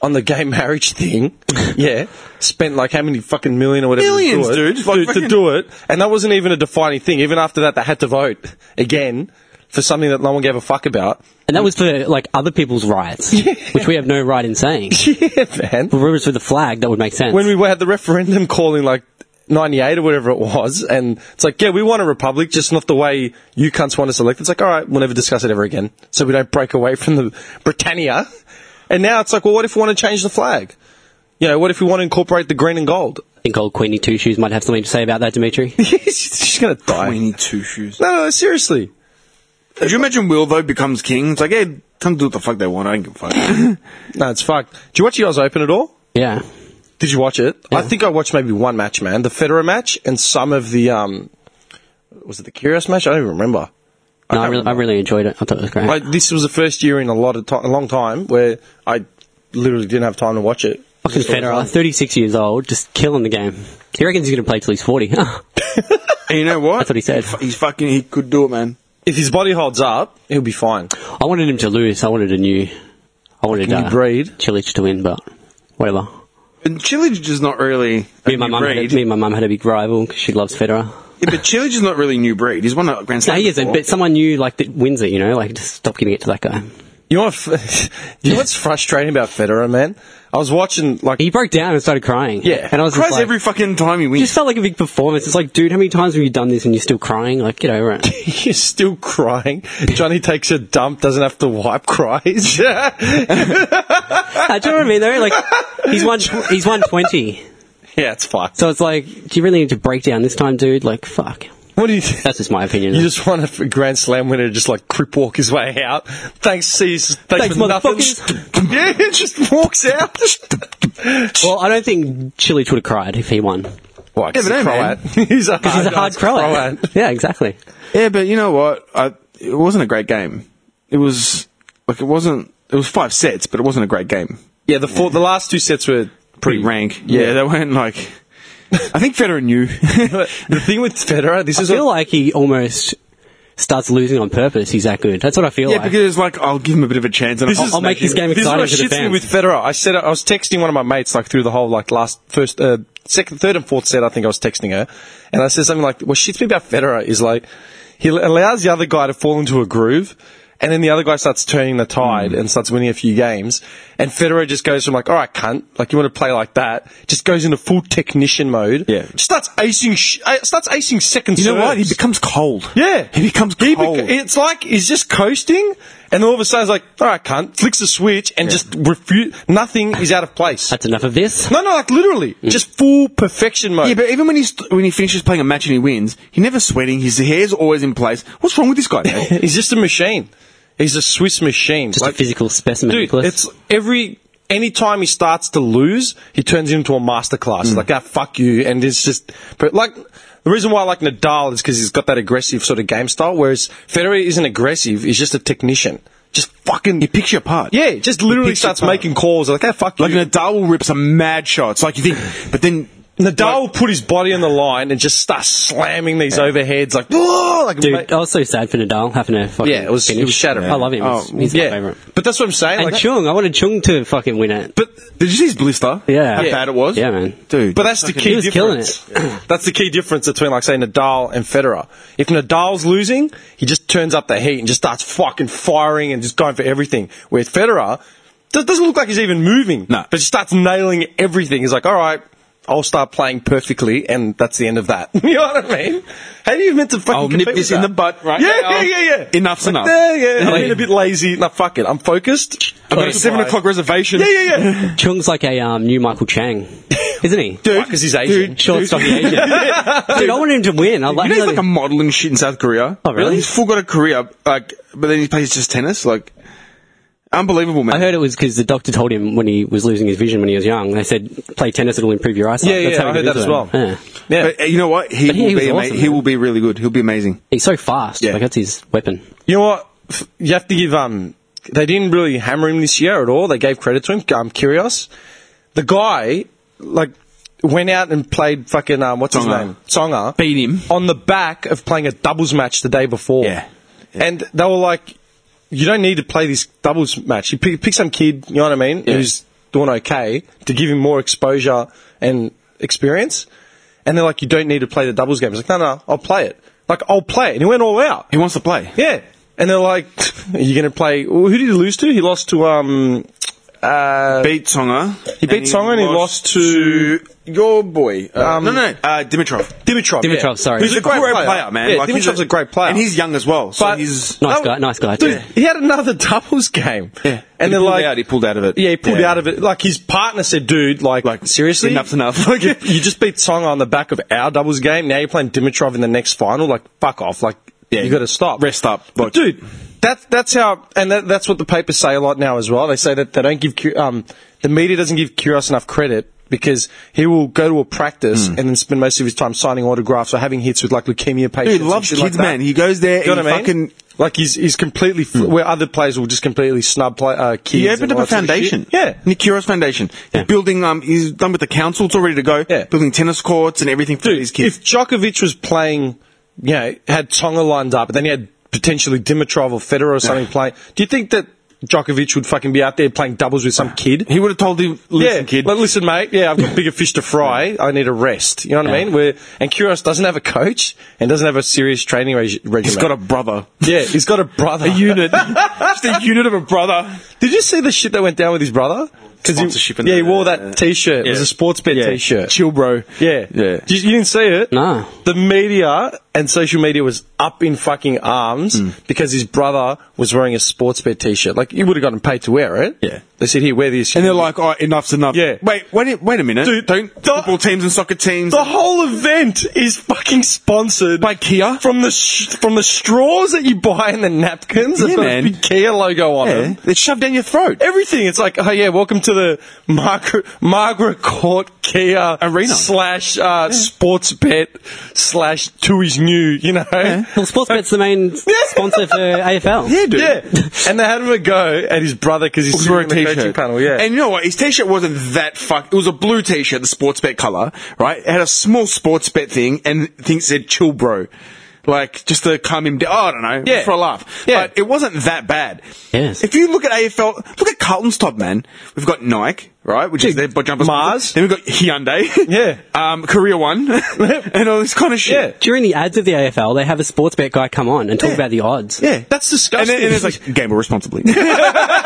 On the gay marriage thing, yeah, spent like how many fucking million or whatever to do Millions, it, dude. to- Like to fucking- do it, and that wasn't even a defining thing. Even after that, they had to vote again for something that no one gave a fuck about. And that was for like other people's rights, which we have no right in saying. yeah, man. But if it was for the flag, that would make sense. when we had the referendum calling like 98 or whatever it was, and it's like, yeah, we want a republic, just not the way you cunts want us elected. It's like, all right, we'll never discuss it ever again. So we don't break away from the Britannia. And now it's like, well, what if we want to change the flag? You know, what if we want to incorporate the green and gold? I think old Queenie Two Shoes might have something to say about that, Dimitri. She's going to die. We need two shoes. No, no, seriously. Could you imagine Will, though, becomes king? It's like, hey, come do what the fuck they want. I don't give a fuck. No, it's fucked. Did you watch the Oz Open at all? yeah. Did you watch it? I think I watched maybe one match, man. The Federer match and some of the, um, was it the Curious match? I don't even remember. No, I, can't really, I remember. really enjoyed it. I thought it was great. I, this was the first year in a lot of time, a long time where I literally didn't have time to watch it. Fucking Just all the Federer, time. 36 years old, just killing the game. He reckons he's going to play till he's 40. That's and you know what? what he said. He's fucking, he could do it, man. If his body holds up, he'll be fine. I wanted him to lose. I wanted a new. I wanted New uh, breed. Chilich to win, but whatever. But Chillage is not really a Me and my new mum had, a- breed. me and my mum had a big rival because she loves Federer. Yeah, but Chillage is not really a new breed. He's won a Grand No, Slam. he isn't, before. but someone new like that wins it. You know, like just stop giving it to that guy. You know, what, f- you know what's frustrating about Federer, man? I was watching like He broke down and started crying. Yeah. and I was Cries just like, every fucking time he it wins. just felt like a big performance. It's like, dude, how many times have you done this and you're still crying? Like, get over it. he's still crying. Johnny takes a dump, doesn't have to wipe, cries. Uh, do you know what I mean? Though, like, he's one, he's one twenty. yeah, it's fucked. So it's like, do you really need to break down this time, dude? Like, fuck. What do you? That's just my opinion. You just want a f- Grand Slam winner to just like crip walk his way out. Thanks, sees. Thanks, Thanks, for nothing. yeah, he just walks out. well, I don't think Chilich would have cried if he won. Why? Never know, man. He's a hard, Because he's a hard ass crower. Yeah, exactly. Yeah, but you know what? I, it wasn't a great game. It was like it wasn't. It was five sets, but it wasn't a great game. Yeah, the four, the last two sets were Pretty rank. Yeah. Yeah, they weren't like. I think Federer knew. But the thing with Federer, this I is feel what, like he almost starts losing on purpose. He's that good. That's what I feel yeah, like. because it's like I'll give him a bit of a chance, and this I'll, is I'll make this game this is exciting what for the shits me fans. with Federer. I said I was texting one of my mates like through the whole like last first uh, second third and fourth set. I think I was texting her, and I said something like, "What shits me about Federer is like he l- allows the other guy to fall into a groove." And then the other guy starts turning the tide Hmm. and starts winning a few games. And Federer just goes from like, all right, cunt, like you want to play like that, just goes into full technician mode. Yeah. Just starts acing, sh- uh, starts acing second you know what? He serves. becomes cold. Yeah, he becomes He bec- cold. it's like he's just coasting, and all of a sudden, it's like, all right, cunt, flicks the switch, and just refute. Nothing is out of place. That's enough of this. No, no, like literally, just full perfection mode. yeah, but even when he st- when he finishes playing a match and he wins, he's never sweating. His hair's always in place. What's wrong with this guy? man? he's just a machine. He's a Swiss machine. Just a physical specimen, Dude, Nicholas. it's every any time he starts to lose, he turns into a masterclass. Mm. Like, ah, fuck you, and it's just. But like, the reason why I like Nadal is because he's got that aggressive sort of game style. Whereas Federer isn't aggressive; he's just a technician. Just fucking. He picks you apart. yeah, just literally picks you starts apart. making calls. Like, ah, fuck Like you. Nadal will rip some mad shots. Like you think, but then Nadal will put his body on the line and just start slamming these overheads like, "Whoa!" like Dude, ma- I was so sad for Nadal having to fucking Yeah, it was- it Oh, finish. was shattering. I love him. He's- Oh, he's yeah. my favourite. But that's what I'm saying. And like, Chung, I wanted Chung to fucking win it. but did you see his blister? Yeah. how Yeah. bad it was. Yeah, man. dude. But that's the key He was killing difference. that's the key difference between, like, say, Nadal and Federer. If Nadal's losing, he just turns up the heat and just starts fucking firing and just going for everything. Where Federer do- doesn't look like he's even moving. No. But he starts nailing everything. He's like, all right. I'll start playing perfectly, and that's the end of that. you know what I mean? How do you meant to fucking? I'll compete nip this with in that? the butt right Yeah, now. yeah, yeah, yeah. Enough's like, enough. Yeah, yeah. I'm Like- being a bit lazy. No, fuck it. I'm focused. I've got Yeah, a seven why? o'clock reservation. Yeah, yeah, yeah. Chung's like a um, new Michael Chang, isn't he? Dude, because he's Asian. Short, stocky Asian. Dude, I want him to win. I like, You know, he's like a him. model and shit in South Korea. Oh, really? He's full got a career, like, but then he plays just tennis. Like, unbelievable, man. I heard it was because the doctor told him when he was losing his vision when he was young. They said, play tennis, it'll improve your eyesight. Yeah, yeah, I he heard got that as into well. it. Yeah. Yeah. But, uh, you know what? He, But he will was be ama- awesome, he man. will be really good. He'll be amazing. He's so fast. Yeah. Like, that's his weapon. You know what? F- You have to give um. They didn't really hammer him this year at all. They gave credit to him. Um, Curios, the guy, like went out and played fucking um. What's his Tsonga. name? Songa Beat him. on the back of playing a doubles match the day before. Yeah. And they were like, you don't need to play this doubles match. You pick, pick some kid, you know what I mean, who's doing okay to give him more exposure and experience. And they're like, you don't need to play the doubles game. He's like, no, no, I'll play it. Like, I'll play it. And he went all out. He wants to play. Yeah. And they're like, are you going to play? Well, who did he lose to? He lost to, um, uh, Beat Songa. He beat Tsonga and he lost to- your boy. Um, Um, no, no, no, uh, Dimitrov. Dimitrov. Dimitrov, yeah. sorry. Who's He's a great player, man. Yeah, Like, he's Dimitrov's a, great player. and he's young as well. So But- he's Nice Oh, guy, nice guy. Dude, Too. he had another doubles game. Yeah. And He they're pulled like, out- he pulled out of it. Yeah, he pulled Yeah. out of it. Like his partner said, dude, like, Like, seriously, enough's enough. Like, you, you just beat Song on the back of our doubles game. Now you're playing Dimitrov in the next final. Like, fuck off. Like, Yeah, you got to stop. rest up. But Like- dude, that that's how, and that, that's what the papers say a lot now as well. They say that they don't give Cu- um the media doesn't give Kyrgios enough credit. Because he will go to a practice and then spend most of his time signing autographs or having hits with like leukemia patients. Dude, and loves shit like kids, that. man. He goes there You know and what I mean? fucking. Like he's he's completely f where other players will just completely snub play, uh, kids. He and opened up all a that sort of shit. foundation. yeah, Nick Kyrgios Foundation. He's building, um, he's done with the council. It's all ready to go. Yeah. Building tennis courts and everything for dude. these kids. If Djokovic was playing, you know, had Tonga lined up, and then he had potentially Dimitrov or Federer or something playing, do you think that Djokovic would fucking be out there playing doubles with some kid? he would have told you, listen, yeah, kid. But listen, mate. Yeah, I've got bigger fish to fry. I need a rest. You know what I mean? Where and Kyrgios doesn't have a coach and doesn't have a serious training reg- regimen. he's got a brother. yeah. He's got a brother. a unit. Just a unit of a brother. Did you see the shit that went down with his brother? 'Cause Sponsorship He, and yeah, he the- uh, wore that t-shirt. It was Yeah. a sports bet Yeah. t-shirt. Chill, bro. Yeah, Yeah. You, you didn't see it. No. The media and social media was up in fucking arms Hmm. because his brother was wearing a sports bet t-shirt. Like you would have gotten paid to wear it. Yeah. They said, "Here, wear this." And they're like, all right, enough's enough. Yeah. Wait, wait, a- wait a minute. Dude, Don't the- football teams and soccer teams. The whole event is fucking sponsored By Kia? from the sh- from the straws that you buy and the napkins. Yeah, They've got man. a big Kia logo on yeah. them. It's shoved down your throat. everything. It's like, oh yeah, welcome to the Margaret Margaret Court Kia Arena. slash uh, sports bet slash Tui's new. You know, Well, Sportsbet's the main sponsor for AFL. Yeah, dude. yeah. and they had him a go at his brother because he's He's sitting wearing on the coaching panel. Yeah, And you know what? His t-shirt wasn't that fuck. It was a blue t-shirt, the sports bet color, right? It had a small sports bet thing and things said chill bro. Like, just to calm him down. Oh, I don't know. Yeah. For a laugh. Yeah. But it wasn't that bad. Yes. If you look at AFL, look at Carlton's top, man. We've got Nike, right? Which is Dude, their butt jumper. Mars. Then we've got Hyundai. Yeah. um, Korea One. and all this kind of shit. Yeah. During the ads of the AFL, they have a sports bet guy come on and talk about the odds. Yeah. that's And, disgusting. then, and it's like, gamble responsibly.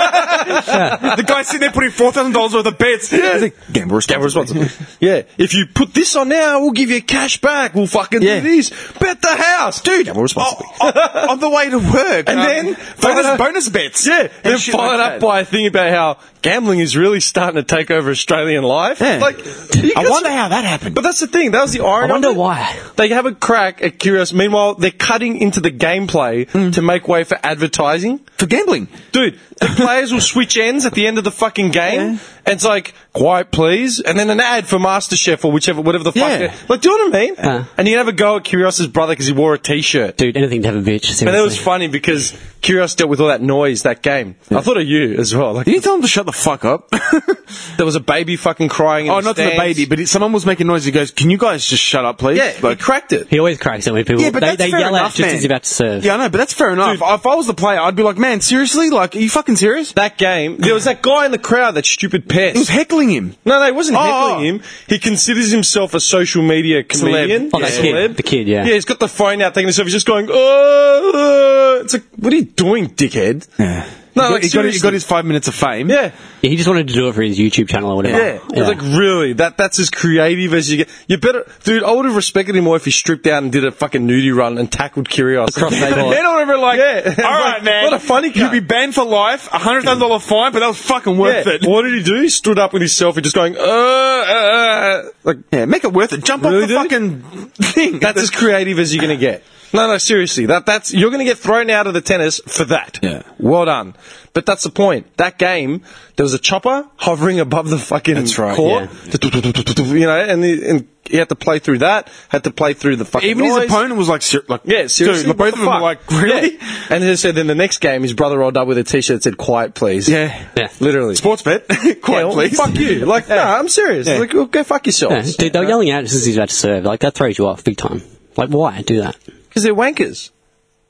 the guy's sitting there putting $4,000 worth of bets. It's like, gamble Gamble responsibly. responsibly. yeah, if you put this on now, we'll give you cash back. We'll fucking Yeah. do this. Bet the house, dude. Gamble Oh, on, on the way to work. And um, then bonus, followed- bonus bets. Yeah, And then shit followed like up that. by a thing about how gambling is really starting to take over Australian life. Yeah. Like, you I guys- wonder how that happened. But that's the thing. That was the I irony. wonder of it. why. They have a crack at Curious. Meanwhile, they're cutting into the gameplay Hmm. to make way for advertising. for gambling. Dude, the players will switch ends at the end of the fucking game. Yeah. And it's like, quiet please. And then an ad for MasterChef or whichever, whatever the fuck. Yeah. Like, do you know what I mean? Uh. And you have a go at Curios's brother because he wore a t-shirt. Dude, anything to have a bitch. Seriously. And it was funny because Curios dealt with all that noise that game. I thought of you as well. Like Did you tell him to shut the fuck up? there was a baby fucking crying. In oh, the not to the stands. baby, but it, someone was making noise. He goes, "Can you guys just shut up, please?" yeah, he Like- cracked it. He always cracks at when people. yeah, but they, that's they fair yell enough, out just man. as he's about to serve. Yeah, I know, but that's fair enough. Dude. if I was the player, I'd be like, "Man, seriously? Like, are you fucking serious?" That game, there was that guy in the crowd, that stupid pest. He was heckling him. No, no, he wasn't Oh, heckling oh. him. He considers himself a social media comedian. Oh, that kid. Celeb. The kid, yeah. Yeah, he's got the phone out taking the selfie, just going, oh, uh," it's like, what are you doing, dickhead? No, he, got, like, he, got his, he got seriously. his five minutes of fame. Yeah, Yeah, he just wanted to do it for his YouTube channel or whatever. yeah. It's like, really? That That's as creative as you get. You better, dude, I would have respected him more if he stripped down and did a fucking nudie run and tackled Kyrgios. Cross-leg And hold. then I would have been like, yeah. All right, man. What a funny You'll cunt. be banned for life, a hundred thousand dollar fine, but that was fucking yeah. worth it. What did he do? He stood up with his selfie, just going, uh, uh, uh. like, Yeah, make it worth it. Jump Really, off the dude? fucking thing. That's as creative as you're going to get. No, no, seriously. That that's you're going to get thrown out of the tennis for that. Yeah. Well done. But that's the point. That game, there was a chopper hovering above the fucking That's right, court. You know, and, the, and he had to play through that. Had to play through the fucking. even his noise. opponent was like, ser- like Yeah, seriously. Dude, like, what both of the them were fuck? like, really? Yeah. And then said, then the next game, his brother rolled up with a t-shirt that said "Quiet, please." Yeah. Yeah. Literally. Sports bet, Yeah, quite well, please. Fuck you. Like, no, I'm serious. Yeah. Like, well, go fuck Yeah, yourselves. dude, they were yelling out just as he's about to serve. Like that throws you off big time. Like why do that? Because they're wankers.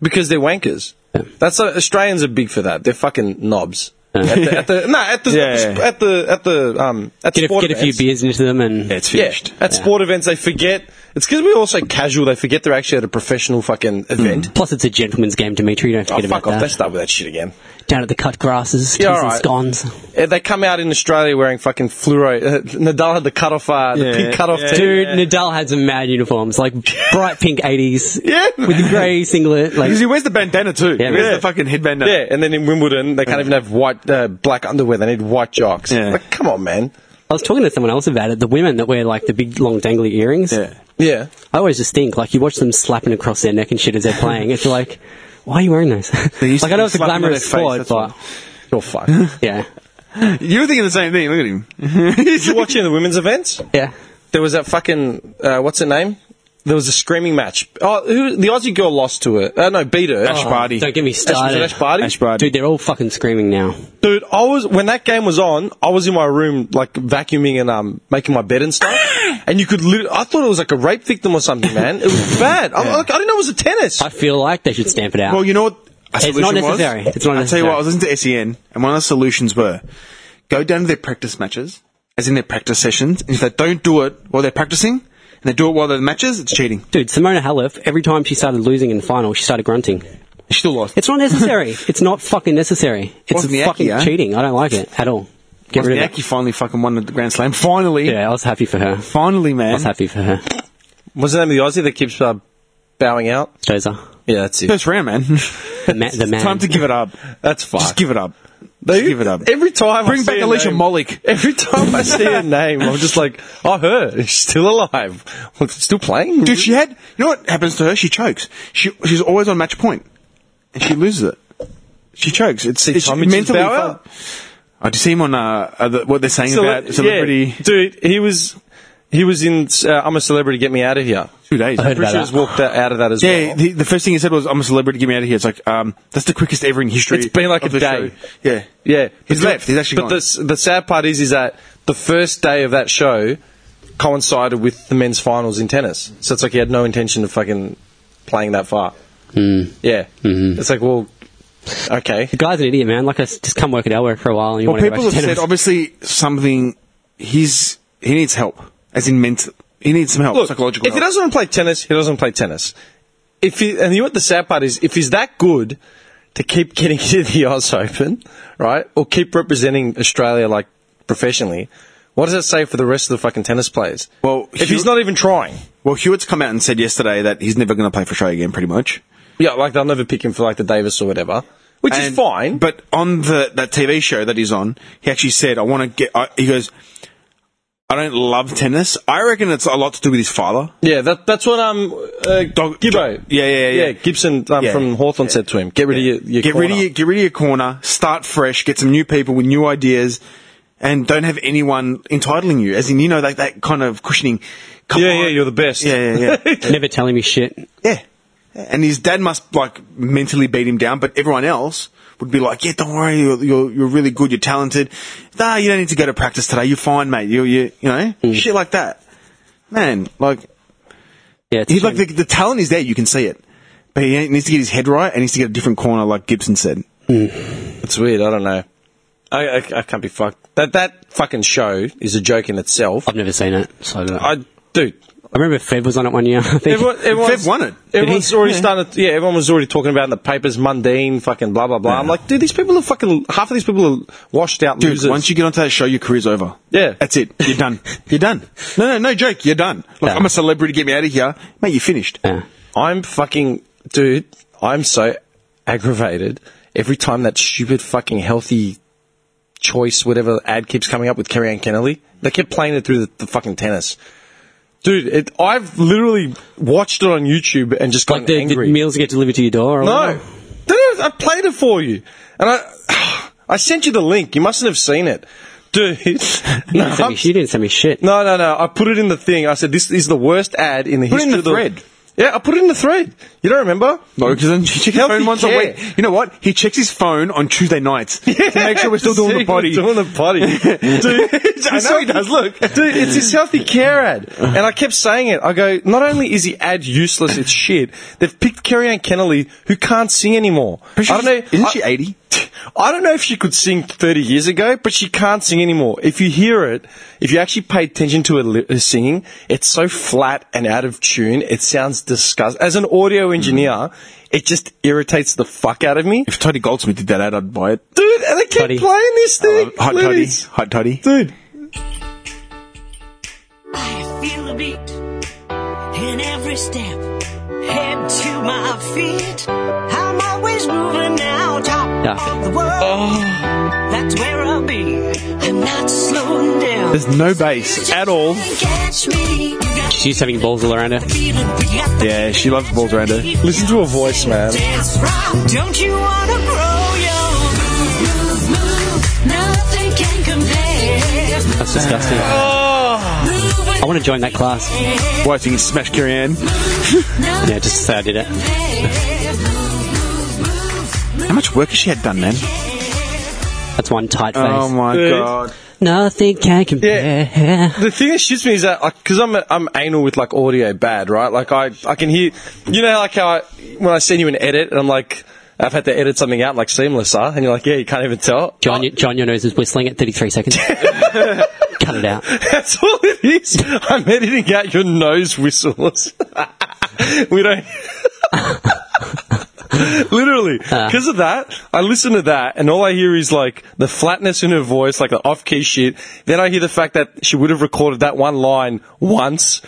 Because they're wankers. Yeah. That's uh, Australians are big for that. They're fucking knobs. Yeah. At, the, at the no at the Yeah. at the at the um at Get a, sport get a few events. beers into them and Yeah, it's Yeah, finished. at sport events they forget. It's because we're all so casual. They forget they're actually at a professional fucking event. plus it's Mm. a gentleman's game, Dimitri. Don't Oh forget fuck about off! that. Let's start with that shit again. Down at the cut grasses, cheese Yeah, and alright. scones. Uh, They come out in Australia wearing fucking fluoro. Uh, Nadal had the cut off, uh, the Yeah. pink cut off. Yeah. too. Dude, Nadal had some mad uniforms, like bright pink eighties Yeah, with the grey singlet. Like Because he wears the bandana too. Yeah, he wears man. the fucking head bandana. yeah, and then in Wimbledon they can't even have white uh, black underwear. They need white jocks. Yeah. Like, come on, man. I was talking to someone else about it. The women that wear like the big long dangly earrings. Yeah. Yeah. I always just think like you watch them slapping across their neck and shit as they're playing. It's like, why are you wearing those? used like to I be know it's a slapping on glamorous their face, sport, that's but You're fucked. yeah, You were thinking the same thing. Look at him. you watching the women's events? yeah. There was that fucking uh, what's her name? There was a screaming match. Oh, who, the Aussie girl lost to her. Uh, no, beat her. Ash Barty. Don't get me Ash- was it started. Ash Barty? Ash Barty. Dude, they're all fucking screaming now. Dude, I was when that game was on. I was in my room like vacuuming and um making my bed and stuff. and you could, lit- I thought it was like a rape victim or something, man. It was bad. I, like, I didn't know it was a tennis. I feel like they should stamp it out. Well, you know what? A It's not necessary. Was? It's not I'll tell you what. I was necessary. listening to SEN, and one of the solutions were go down to their practice matches, as in their practice sessions. And if they don't do it while they're practicing, and they do it while they're in matches, it's cheating. Dude, Simona Halep, every time she started losing in the final, she started grunting. She still lost. It's not necessary. it's not fucking necessary. It's Wozniacki, fucking eh? cheating. I don't like it at all. Get rid of Wozniacki finally fucking won the Grand Slam. Finally, it. Yeah, I was happy for her. finally, I man. was happy for her. What's the name of the Aussie that keeps uh, bowing out? Stoza. Yeah, that's it. First round, man. The, ma- the man. Time to give it up. That's fucked. Just give it up. They- give it up. Every time I Bring see back a Alicia name- Molik. Every time I see her name, I'm just like, oh, her. She's still alive. Still playing? Dude, she had. You know what happens to her? She chokes. She she's always on match point, and she loses it. She chokes. It's, See, it's Tommy mentally. Bauer? fun. I just see him on uh, uh, the- what they're saying Cele- about celebrity dude. He was he was in. Uh, I'm a celebrity. Get me out of here. two days. heard Pretty about sure that. he's walked out out of that as yeah, well. the, the first thing he said was, "I'm a celebrity. Get me out of here." It's like um, that's the quickest ever in history. It's been like of a the show. day. Yeah, yeah, He's But left. He's actually But gone. the s- the sad part is, is that the first day of that show coincided with the men's finals in tennis. So it's like he had no intention of fucking playing that far. Hmm. Yeah, Mm-hmm. it's like well, okay. The guy's an idiot, man. Like, I s- just come work at our work for a while and you Well, want to go people back have to said tennis. obviously something. He's he needs help, as in mental. He needs some help, Look, psychological. if he help. doesn't want to play tennis, he doesn't play tennis. If he, and you know what the sad part is, if he's that good to keep getting to the Oz Open, right, or keep representing Australia like professionally, what does that say for the rest of the fucking tennis players? Well, if Hew- he's not even trying, well, Hewitt's come out and said yesterday that he's never going to play for Australia again. Pretty much. yeah, like they'll never pick him for like the Davis or whatever. Which is And- fine. But on the that TV show that he's on, he actually said, "I want to get." I, he goes, "I don't love tennis. I reckon it's a lot to do with his father." Yeah, that, that's what um uh, Dog- Gibbo. Yeah, yeah, yeah. Gibson um, Yeah. from Hawthorn said to him, "Get rid of your, your get rid of corner." your, get rid of your corner. Start fresh. Get some new people with new ideas, and don't have anyone entitling you. As in, you know, like that kind of cushioning. Come Yeah, on. yeah, you're the best. Yeah, yeah, yeah. Never telling me shit. yeah. And his dad must like mentally beat him down, but everyone else would be like, "Yeah, don't worry. You're you're, you're really good. You're talented. Nah, you don't need to go to practice today. You're fine, mate. You you you know Mm. shit like that." Man, like Yeah, it's a he's like shame. the, the talent is there. You can see it. But he needs to get his head right, and he needs to get a different corner, like Gibson said. It's weird. I don't know. I, I I can't be fucked. That that fucking show is a joke in itself. I've never seen it, so I don't know. I, I dude. remember Feb was on it one year. I think. Everyone, everyone's- won it. he? Everyone's already Yeah. started. Yeah, everyone was already talking about it in the papers, mundane, fucking blah blah blah. I'm like, dude, these people are fucking. Half of these people are washed out Dude, losers. once you get onto that show, your career's over. Yeah. That's it. You're done. You're done. No, no, no joke. You're done. Look, Yeah. I'm a celebrity. Get me out of here. Mate, you're finished. yeah. I'm fucking dude. I'm so aggravated every time that stupid fucking healthy choice, whatever ad keeps coming up with Kerry Ann Kennelly. They kept playing it through the, the fucking tennis. Dude, it, I've literally watched it on YouTube and just gotten Like the, the angry. meals get delivered to your door. Or no, whatever. They don't- I played it for you, and I I sent you the link. You mustn't have seen it, dude. No, You didn't, send I'm- me, you didn't send me shit. no, no, no. I put it in the thing. I said this is the worst ad in the Put it in history the of the thread. Yeah, I put it in the thread. You don't remember? No, because then he checks his Healthy phone once care. a week. You know what? He checks his phone on Tuesday nights to make sure we're still doing the body. Doing the potty. Dude, I know he does, look. Dude, it's his healthy care ad. And I kept saying it. I go, not only is the ad useless, it's shit. They've picked Kerry Ann Kennelly, who can't sing anymore. I But she's- don't know. Isn't I- she 80? I don't know if she could sing 30 years ago, but she can't sing anymore. If you hear it, if you actually pay attention to her, li- her singing, it's so flat and out of tune. It sounds disgusting. As an audio engineer, it just irritates the fuck out of me. If Toddy Goldsmith did that ad, I'd buy it. Uh, Dude, and I keep Toddy. playing this thing. Hot Toddy. Please. Hot Toddy. Dude. I feel the beat in every step. Head to my feet. I'm always moving now. Top Yeah. Oh. of the world. That's where I'll be. I'm not slowing down. There's no bass at all. Catch me. You got She's having balls all around her. feeling we got the Yeah, she loves balls around her. Listen to her voice, man. Dance round. Don't you wanna grow your move, move? Nothing can compare. That's disgusting. I want to join that class. Why, so you can smash Carrie Ann? Yeah, just to say I did it. How much work has she had done, man? That's one tight face. Oh my Dude. god. Nothing can compare. The thing that shits me is that, because I'm, I'm anal with like audio bad, right? Like I, I can hear, you know, like how I, when I send you an edit and I'm like, I've had to edit something out like seamless, huh? And you're like, yeah, you can't even tell. John, John, your nose is whistling at 33 seconds. Cut it out. That's all it is. I'm editing out your nose whistles. we don't. Literally, Uh. because of that, I listen to that, and all I hear is like the flatness in her voice, like the off-key shit. Then I hear the fact that she would have recorded that one line once,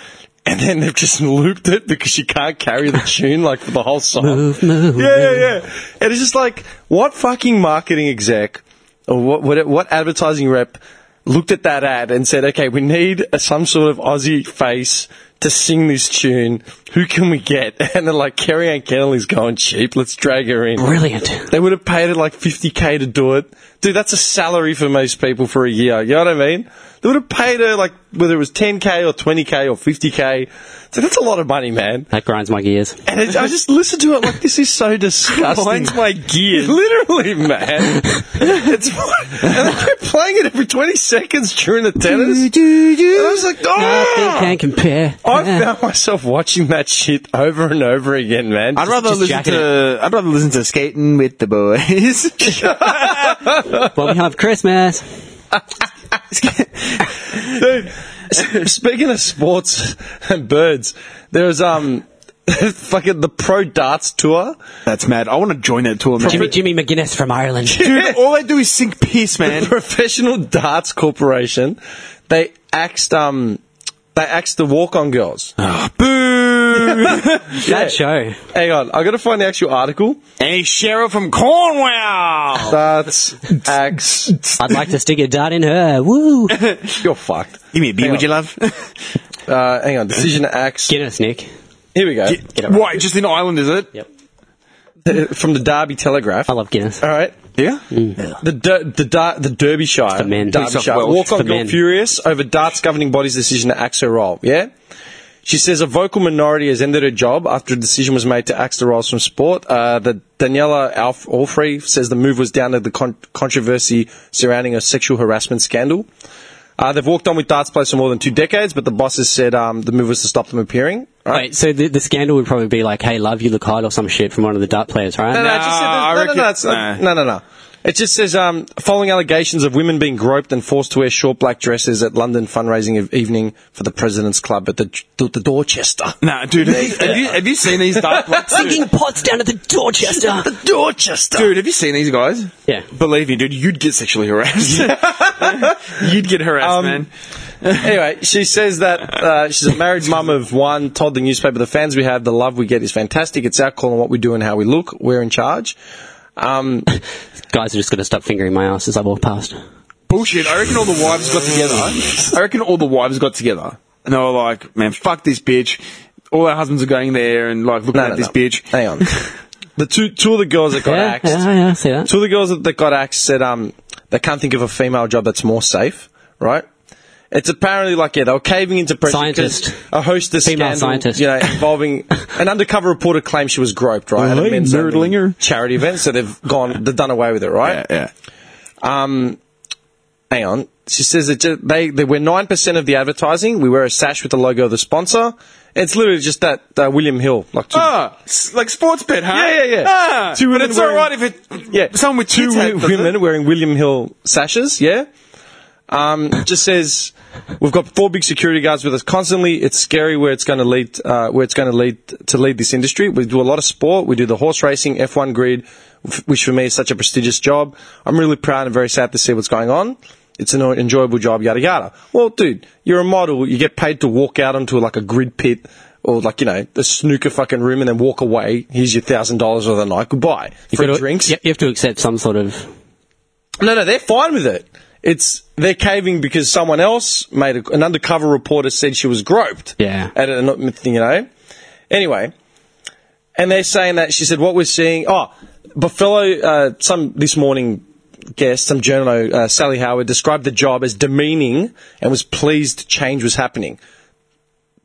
and then they've just looped it because she can't carry the tune like for the whole song. Move, move. Yeah, yeah, yeah. And it's just like, what fucking marketing exec or what what, what advertising rep looked at that ad and said, okay, we need a, some sort of Aussie face to sing this tune. Who can we get? And they're like, Kerry Ann Kennelly's going cheap. Let's drag her in. Brilliant. They would have paid her like 50k to do it. Dude, that's a salary for most people for a year. You know what I mean? They would have paid her like, whether it was 10k or 20k or 50k. So that's a lot of money, man. That grinds my gears. And it, I just listened to it like this is so disgusting. Grinds my gears. Literally, man. it's and I kept playing it every twenty seconds during the tennis. And I was like, Nothing oh! can compare. I found myself watching that shit over and over again, man. I'd rather just listen jacket to I'd rather listen to skating with the boys. well, we have Christmas. Dude, s- speaking of sports and birds, there was um fucking the pro darts tour. That's mad. I want to join that tour, man. Jimmy, Jimmy McGuinness from Ireland. Dude, all they do is sink piss, man. the Professional Darts Corporation, they axed um, they axed the walk on girls. Ah, Boo! Yeah. That show. Hang on, I gotta find the actual article. A sheriff from Cornwall. That's ax. I'd like to stick a dart in her. Woo! You're fucked. Give me a beer, Hang would on. you, love? Uh, hang on, decision axe. Get us, Nick. Here we go. Get it right. Why? Just in Ireland, is it? Yep. From the Derby Telegraph. I love Guinness. All right. Yeah. The der- the der- the Derbyshire, the men. Mm. It's Derbyshire the walk Welsh. on The girl men. furious over Dart's governing body's decision to axe her role. Yeah, she says a vocal minority has ended her job after a decision was made to axe the roles from sport. Uh, the Daniela Alf- Alfrey says the move was down to the con- controversy surrounding a sexual harassment scandal. Uh, they've walked on with Dart's place for more than two decades, but the bosses said um, the move was to stop them appearing. All right. Wait, so the, the scandal would probably be like, hey, love, you look hot or some shit from one of the dart players, right? No, no, it just said Nah, that- no, I no, reckon- no, it's not- no, no, no. It just says, um, following allegations of women being groped and forced to wear short black dresses at London fundraising of evening for the President's Club at the, the, the Dorchester. Nah, dude. Have you, have you seen these dark blacks? dude? pots down at the Dorchester. Dorchester! Dude, have you seen these guys? Yeah. Believe me, dude, you'd get sexually harassed. you'd get harassed, Um, man. anyway, she says that uh, she's a married mum of one, told the newspaper, the fans we have, the love we get is fantastic. It's our call on what we do and how we look. We're in charge. Um, Guys are just going to stop fingering my ass as I walk past. Bullshit. I reckon all the wives got together. I reckon all the wives got together. And they were like, man, fuck this bitch. All our husbands are going there and like looking no, at no, this no. bitch. Hang on. The two, two of the girls that got yeah, axed. yeah, yeah, I see that. two of the girls that, that got axed said um they can't think of a female job that's more safe, right? It's apparently like yeah they were caving into pressure. 'cause Scientist. a hostess Female scandal, scientist. you know, involving an undercover reporter claimed she was groped, right? at a Lady men's only Nerdlinger. charity event, so they've gone, they've done away with it, right? Yeah, yeah. Hang on, she says that ju- they they wear nine percent of the advertising. We wear a sash with the logo of the sponsor. It's literally just that uh, William Hill, like two, Ah, s- like sports bet, huh? Yeah, yeah, yeah. Ah, Two but women it's all right if wearing- it. yeah, someone with two kids had wi- does it. women wearing William Hill sashes. Yeah, um, it just says we've got four big security guards with us constantly. It's scary where it's going to lead. Uh, where it's going to lead to lead this industry. We do a lot of sport. We do the horse racing, F1 grid, f- which for me is such a prestigious job. I'm really proud and very sad to see what's going on. It's an enjoyable job, yada yada. Well, dude, you're a model. You get paid to walk out onto like a grid pit or like you know a snooker fucking room and then walk away. Here's your thousand dollars for the night. Goodbye. Free Gotta- drinks. You you have to accept some sort of. No, no, they're fine with it. It's they're caving because someone else made a, an undercover reporter said she was groped. Yeah. at a, not- you know. Anyway, and they're saying that she said what we're seeing. Oh, Buffalo, uh, some this morning guest, some journo, uh, Sally Howard described the job as demeaning and was pleased change was happening.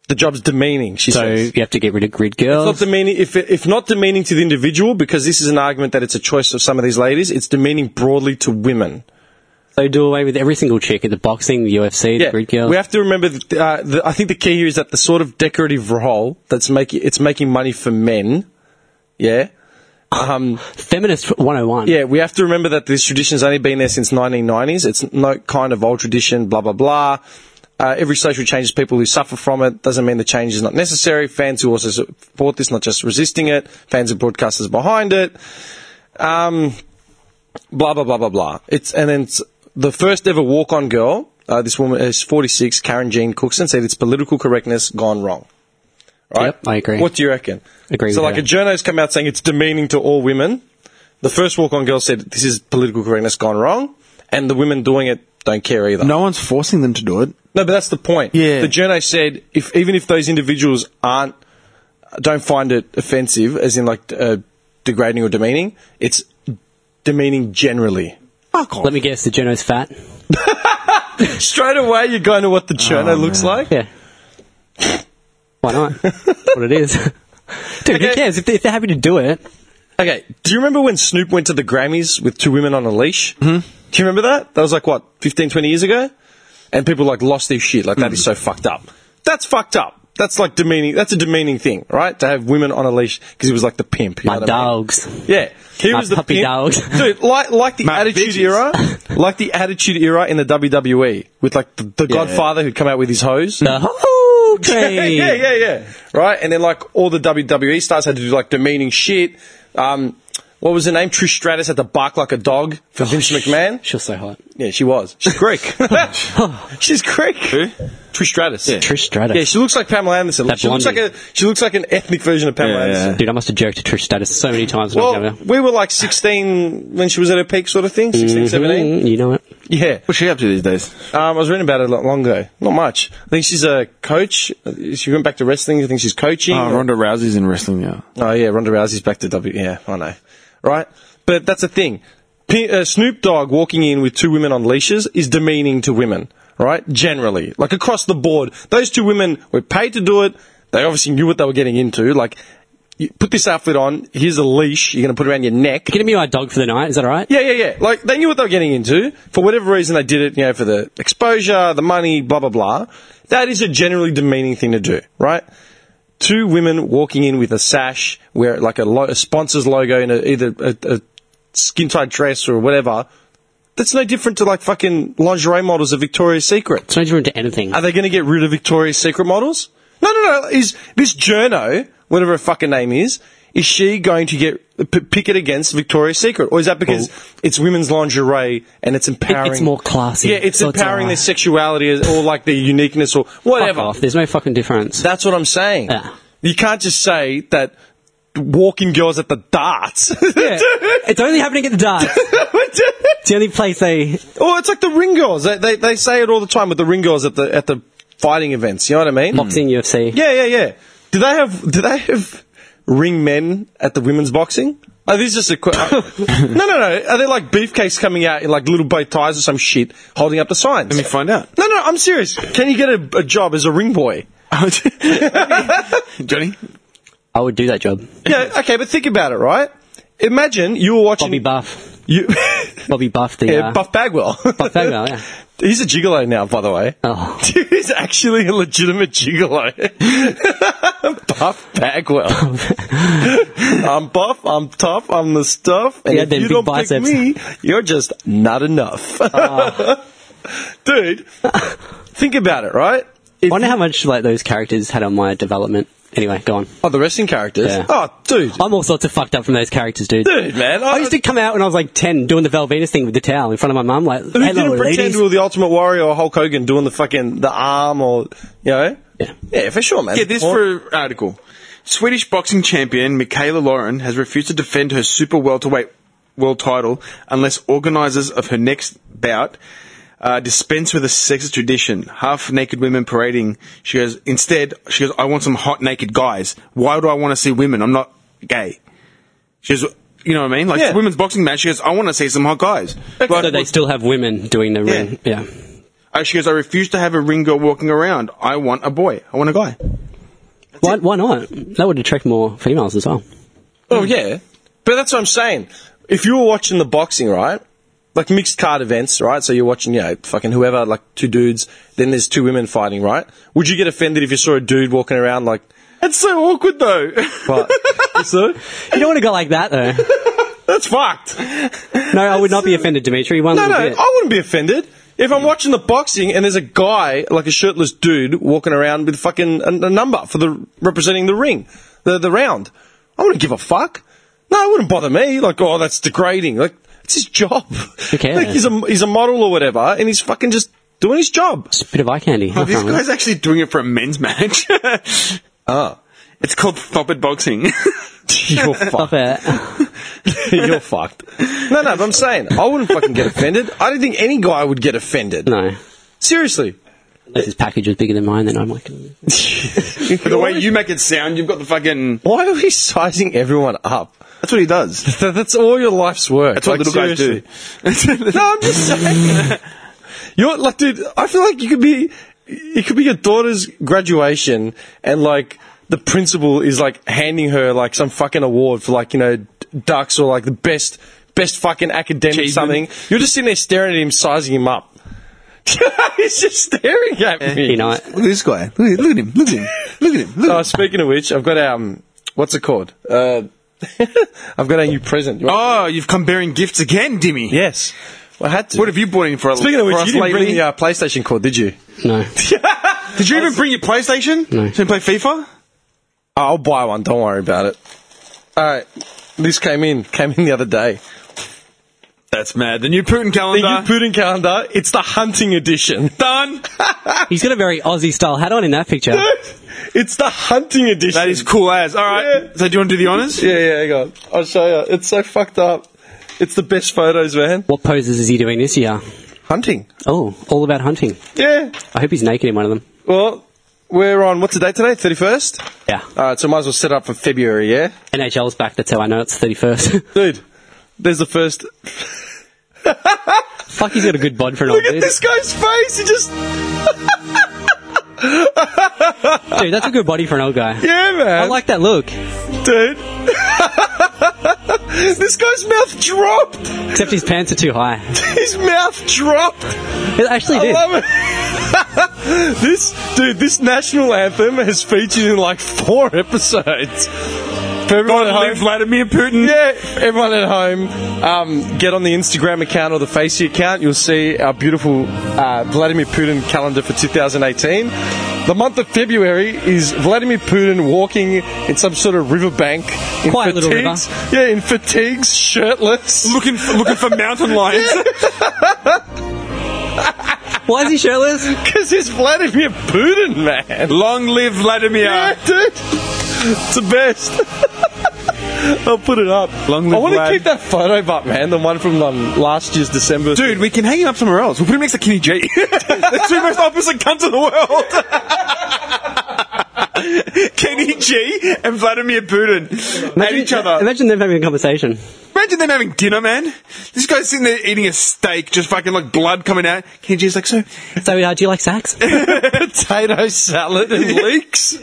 The job's demeaning, she So says. you have to get rid of grid It's not girls. demeaning, if, if not demeaning to the individual, because this is an argument that it's a choice of some of these ladies, it's demeaning broadly to women. So do away with every single chick at the boxing, the UFC, the grid girls. We have to remember. That, uh, the, I think the key here is that the sort of decorative role that's making it's making money for men. Yeah, um, Feminist 101. yeah. We have to remember that this tradition's only been there since 1990s. It's no kind of old tradition. Blah blah blah. Uh, every social change is people who suffer from it. Doesn't mean the change is not necessary. Fans who also support this, not just resisting it. Fans and broadcasters behind it. Um, blah blah blah blah blah. It's and then it's the first ever walk on girl. Uh, this woman is 46, Karen Jean Cookson, said it's political correctness gone wrong. Right? Yep, I agree. What do you reckon? Agree So, with like, her. a journo's come out saying it's demeaning to all women. The first walk on girl said this is political correctness gone wrong, and the women doing it don't care either. No one's forcing them to do it. No, but that's the point. Yeah. The journo said if even if those individuals aren't don't find it offensive, as in like uh, degrading or demeaning, it's demeaning generally. Fuck off. Let me guess, the Geno's fat. Straight away, you're going to what the journo looks like. Yeah. Why not? That's what it is. Dude, who Okay. cares? If, they, if they're happy to do it, Okay, do you remember when Snoop went to the Grammys with two women on a leash? Mm-hmm. Do you remember that? That was like what 15, 20 years ago, and people like lost their shit. Like that Mm. is so fucked up. That's fucked up. That's like demeaning. That's a demeaning thing, right? To have women on a leash because he was like the pimp. you my know what I mean? dogs. Yeah, he My was the puppy pimp. dog. dude. Like like the My Attitude bitches. Era, like the Attitude Era in the WWE with like the, the Godfather who'd come out with his hose. The hoo train. yeah, E yeah, yeah. Right, and then like all the WWE stars had to do like demeaning shit. Um, what was her name? Trish Stratus had to bark like a dog for Vince McMahon. She was so hot. Yeah, she was. She's Greek. She's Greek. Who? Trish Stratus. Yeah. Trish Stratus. Yeah, she looks like Pamela Anderson. That she looks like blondie. a she looks like an ethnic version of Pamela Yeah, yeah. Anderson. Dude, I must have joked to Trish Status so many times. when I was Well, younger. we were like 16 when she was at her peak, sort of thing. 16, 17. Mm, you know it. Yeah. What's she up to these days? Um, I was reading about her a lot long ago. Not much. I think she's a coach. She went back to wrestling. I think she's coaching. Oh, Ronda Rousey's in wrestling, yeah. Oh yeah, Ronda Rousey's back to W. Yeah, I know, right? But that's the thing. P- uh, Snoop Dogg walking in with two women on leashes is demeaning to women, right? Generally, like across the board, those two women were paid to do it. They obviously knew what they were getting into. Like, you put this outfit on. Here's a leash. You're going to put it around your neck. Gonna be my dog for the night. Is that all right? Yeah, yeah, yeah. Like they knew what they were getting into. For whatever reason, they did it. You know, for the exposure, the money, blah blah blah. That is a generally demeaning thing to do, right? Two women walking in with a sash, where like a, lo- a sponsor's logo in a, either a, a skin tight dress or whatever. That's no different to like fucking lingerie models of Victoria's Secret. It's no different to anything. Are they going to get rid of Victoria's Secret models? No, no, no. Is this journo, whatever her fucking name is, is she going to get p- pick it against Victoria's Secret, or is that because it's women's lingerie and it's empowering? it's more classy, Yeah, it's so it's empowering their alright. sexuality as- or like their uniqueness or Fuck whatever. off. There's no fucking difference. That's what I'm saying. Yeah. You can't just say that walking girls at the darts. Yeah. it's only happening at the dark. It's the only place they. Oh, it's like the ring girls. They, they they say it all the time with the ring girls at the at the fighting events. You know what I mean? Boxing, UFC. Yeah, yeah, yeah. Do they have do they have ring men at the women's boxing? Are these just a qu- no, no, no? Are they like beefcakes coming out in like little bow ties or some shit, holding up the signs? Let me find out. No, no, I'm serious. Can you get a, a job as a ring boy? Johnny? I would do that job. Yeah, okay, but think about it, right? Imagine you were watching Bobby Buff. You, Bobby Buff, the. yeah, uh, Buff Bagwell. Buff Bagwell, yeah. He's a gigolo now, by the way. Oh. Dude, he's actually a legitimate gigolo. Buff Bagwell. I'm buff, I'm tough, I'm the stuff, and Yeah, if them you big don't biceps. Ah. pick me, you're just not enough. Dude, think about it, right? I wonder how much like those characters had on my development. Anyway, go on. Oh, the wrestling characters? Yeah. Oh, dude. I'm all sorts of fucked up from those characters, dude. Dude, man. I used to come out when I was like 10 doing the Val Venus thing with the towel in front of my mum, like, Who hello, didn't pretend ladies. we were the Ultimate Warrior or Hulk Hogan doing the fucking the arm or you know? Yeah. yeah, for sure, man. Yeah, this Or- for article. Swedish boxing champion Michaela Lauren has refused to defend her super welterweight world title unless organisers of her next bout uh, dispense with a sexist tradition. Half naked women parading. She goes, instead, she goes, I want some hot naked guys. Why do I want to see women? I'm not gay. She goes, you know what I mean? Like, Yeah. it's a women's boxing match. She goes, I want to see some hot guys. Like, So they still have women doing the ring. Yeah. uh, she goes, I refuse to have a ring girl walking around. I want a boy. I want a guy. Why, why not? That would attract more females as well. Oh yeah, but that's what I'm saying. If you were watching the boxing, right, like mixed card events, right? So you're watching, you know, fucking whoever, like two dudes. Then there's two women fighting, right? Would you get offended if you saw a dude walking around like? It's so awkward though. But, so, You don't want to go like that, though. that's fucked. No, I would not be offended, Dimitri. One No, no, little bit. I wouldn't be offended. If I'm watching the boxing and there's a guy, like a shirtless dude, walking around with fucking a, a number for the representing the ring, the the round, I wouldn't give a fuck. No, it wouldn't bother me. Like, oh, that's degrading. Like, it's his job. cares? Like, he's a he's a model or whatever, and he's fucking just doing his job. Just a bit of eye candy. Oh, Nothing this wrong with guy's actually doing it for a men's match. Ah. It's called Thop It Boxing. You're it. Stop fucked. it. You're fucked. No, no, but I'm saying I wouldn't fucking get offended. I don't think any guy would get offended. No. Seriously. If his package is bigger than mine, then I'm like, the way you make it sound, you've got the fucking. Why are we sizing everyone up? That's what he does. Th- That's all your life's work. That's what little guys do. do. no, I'm just saying. You're like, dude. I feel like you could be, it could be your daughter's graduation, and like the principal is like handing her like some fucking award for like you know ducks or like the best best fucking academic Achievement. something. You're just sitting there staring at him, sizing him up. He's just staring at me. you know what? Look at this guy. Look at, look at him. Look at him. Look at him. Look Oh, at him. speaking of which, I've got um, what's it called? Uh, I've got a new present. You want- Oh, you've come bearing gifts again, Dimmy. Yes. Well, I had to. What have you bought in for us? Speaking of for which, us you didn't lately? bring the uh, PlayStation cord, did you? No. Did you even bring your PlayStation? No. So you play FIFA? I'll buy one. Don't worry about it. All right. This came in, came in the other day. That's mad. The new Putin The calendar. new Putin calendar. It's the hunting edition. Done. He's got a very Aussie style hat on in that picture. It's the hunting edition. That is cool as. All right. Yeah. So do you want to do the honors? Yeah, yeah, hang on. I'll show you. It's so fucked up. It's the best photos, man. What poses is he doing this year? Hunting. Oh, all about hunting. Yeah. I hope he's naked in one of them. Well, we're on, what's the date today? 31st? Yeah. Alright, so might as well set it up for February, yeah? NHL's back, that's how I know it's 31st. Dude, there's the first. Fuck, he's got a good bod for an old Look at dude. this guy's face. He just. Dude, that's a good body for an old guy. Yeah, man. I like that look. dude. this guy's mouth dropped. Except his pants are too high. His mouth dropped. It actually I did. love it. this dude, this national anthem has featured in like four episodes. For everyone at home, Vladimir Putin. yeah, everyone at home, um, get on the Instagram account or the Facey account. You'll see our beautiful uh, Vladimir Putin calendar for 2018. The month of February is Vladimir Putin walking in some sort of riverbank in Quiet little river. fatigues. Yeah, in fatigues, shirtless. Looking for, looking for mountain lions. Why is he shirtless? Because it's Vladimir Putin, man. Long live Vladimir. Yeah, dude. It's the best. I'll put it up. Long live I want to Vlad. keep that photo up, man. The one from um, last year's December. Dude, we can hang him up somewhere else. We'll put him next to Kenny G. the two most opposite cunts in the world. Kenny G and Vladimir Putin at each other. Imagine them having a conversation. Imagine them having dinner, man. This guy's sitting there eating a steak, just fucking like blood coming out. Kenny G's like, so So, uh, do you like sax? potato salad and leeks.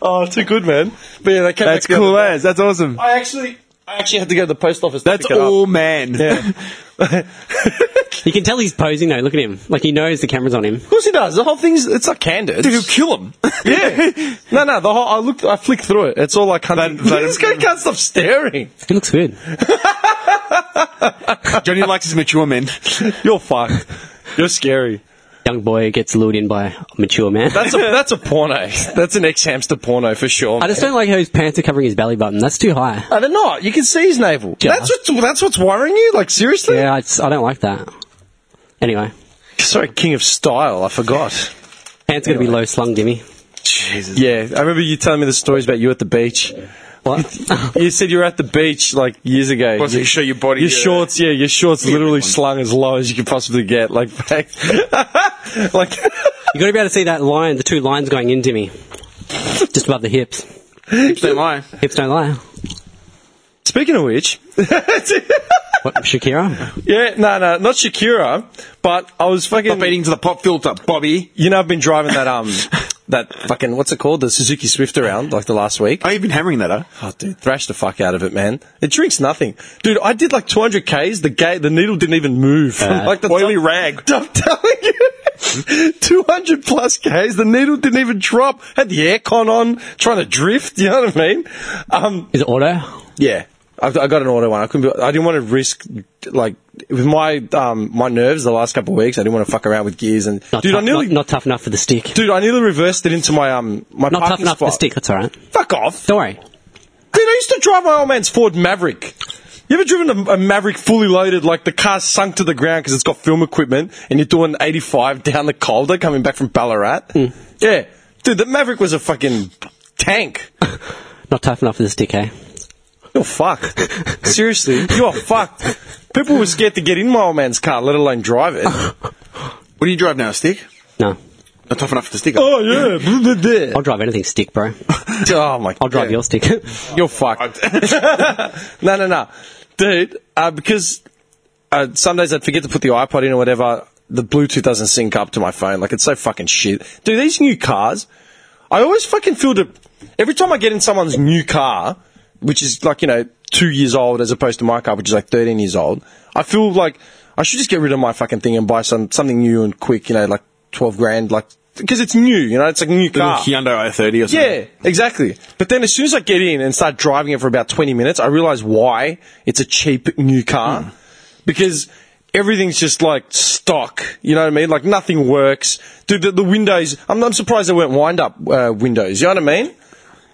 oh, too good, man. But yeah, they came back the other day. as. That's awesome. I actually, I actually had to go to the post office. That's to pick it all man. Up. Yeah. of you can tell he's posing though. Look at him. Like he knows the camera's on him. course he does. The whole thing's it's not candid. Dude, he'll kill him. yeah. No, no. The whole I looked, I flicked through it. It's all like hunting. That- that- this guy can't stop staring. He looks good. Johnny likes his mature men. You're fucked. You're scary. Young boy gets lured in by a mature man. That's a that's a porno. That's an ex hamster porno for sure. I just don't like how his pants are covering his belly button. That's too high. No, they're not. You can see his navel. Yeah. That's what's, that's what's worrying you. Like seriously. Yeah, I, just- I don't like that. Anyway, Sorry, King of Style. I forgot. pants are going to be low slung, Jimmy. Jesus. Yeah, I remember you telling me the stories about you at the beach. What? You said you were at the beach like years ago. Was You- it show your body? Your yeah. shorts, yeah, your shorts literally good one. slung as low as you could possibly get. Like, back, like, you got to be able to see that line, the two lines going in, Jimmy. Just above the hips. Don't lie. Hips don't lie. speaking of which, What, Shakira? yeah, no, no, not Shakira, but I was fucking. Stop eating to the pop filter, Bobby. You know, I've been driving that, um, that fucking, what's it called? The Suzuki Swift around, like the last week. Oh, you've been hammering that, huh? Oh, dude, thrash the fuck out of it, man. It drinks nothing, dude. I did like 200 k's. The ga- the needle didn't even move. like the oily rag. I'm telling you, 200 plus k's. The needle didn't even drop. Had the aircon on, trying to drift. You know what I mean? Um, Is it auto? yeah. I've, I got an auto one. I couldn't. Be, I didn't want to risk like with my um my nerves the last couple of weeks. I didn't want to fuck around with gears and Not, dude. tough, I nearly not, not tough enough for the stick. dude. I nearly reversed it into my um my Not parking tough enough for spot. the stick. That's all right. Fuck off. Don't worry. Dude, I used to drive my old man's Ford Maverick. You ever driven a, a Maverick fully loaded, like the car's sunk to the ground because it's got film equipment, and you're doing 85 down the Calder coming back from Ballarat? Yeah. Dude, the Maverick was a fucking tank. Not tough enough for the stick, eh? You're fucked. Seriously, you're fucked. People were scared to get in my old man's car, let alone drive it. What do you drive now, a stick? No. Not tough enough for the stick. oh, yeah. blah, blah, blah. I'll drive anything stick, bro. Oh, my God. I'll drive your stick. You're fucked. no, no, no. Dude, uh, because uh, some days I'd forget to put the iPod in or whatever, the Bluetooth doesn't sync up to my phone. Like, it's so fucking shit. Dude, these new cars, I always fucking feel the. Every time I get in someone's new car, which is like, you know, two years old as opposed to my car, which is like 13 years old, I feel like I should just get rid of my fucking thing and buy some something new and quick, you know, like 12 grand, like, because it's new, you know, it's like a new Little car. Hyundai i30 or something. Yeah, exactly. But then as soon as I get in and start driving it for about 20 minutes, I realize why it's a cheap new car. Hmm. Because everything's just like stock. You know what I mean? Like nothing works. Dude, the, the windows, I'm not surprised they weren't wind up uh, windows. You know what I mean?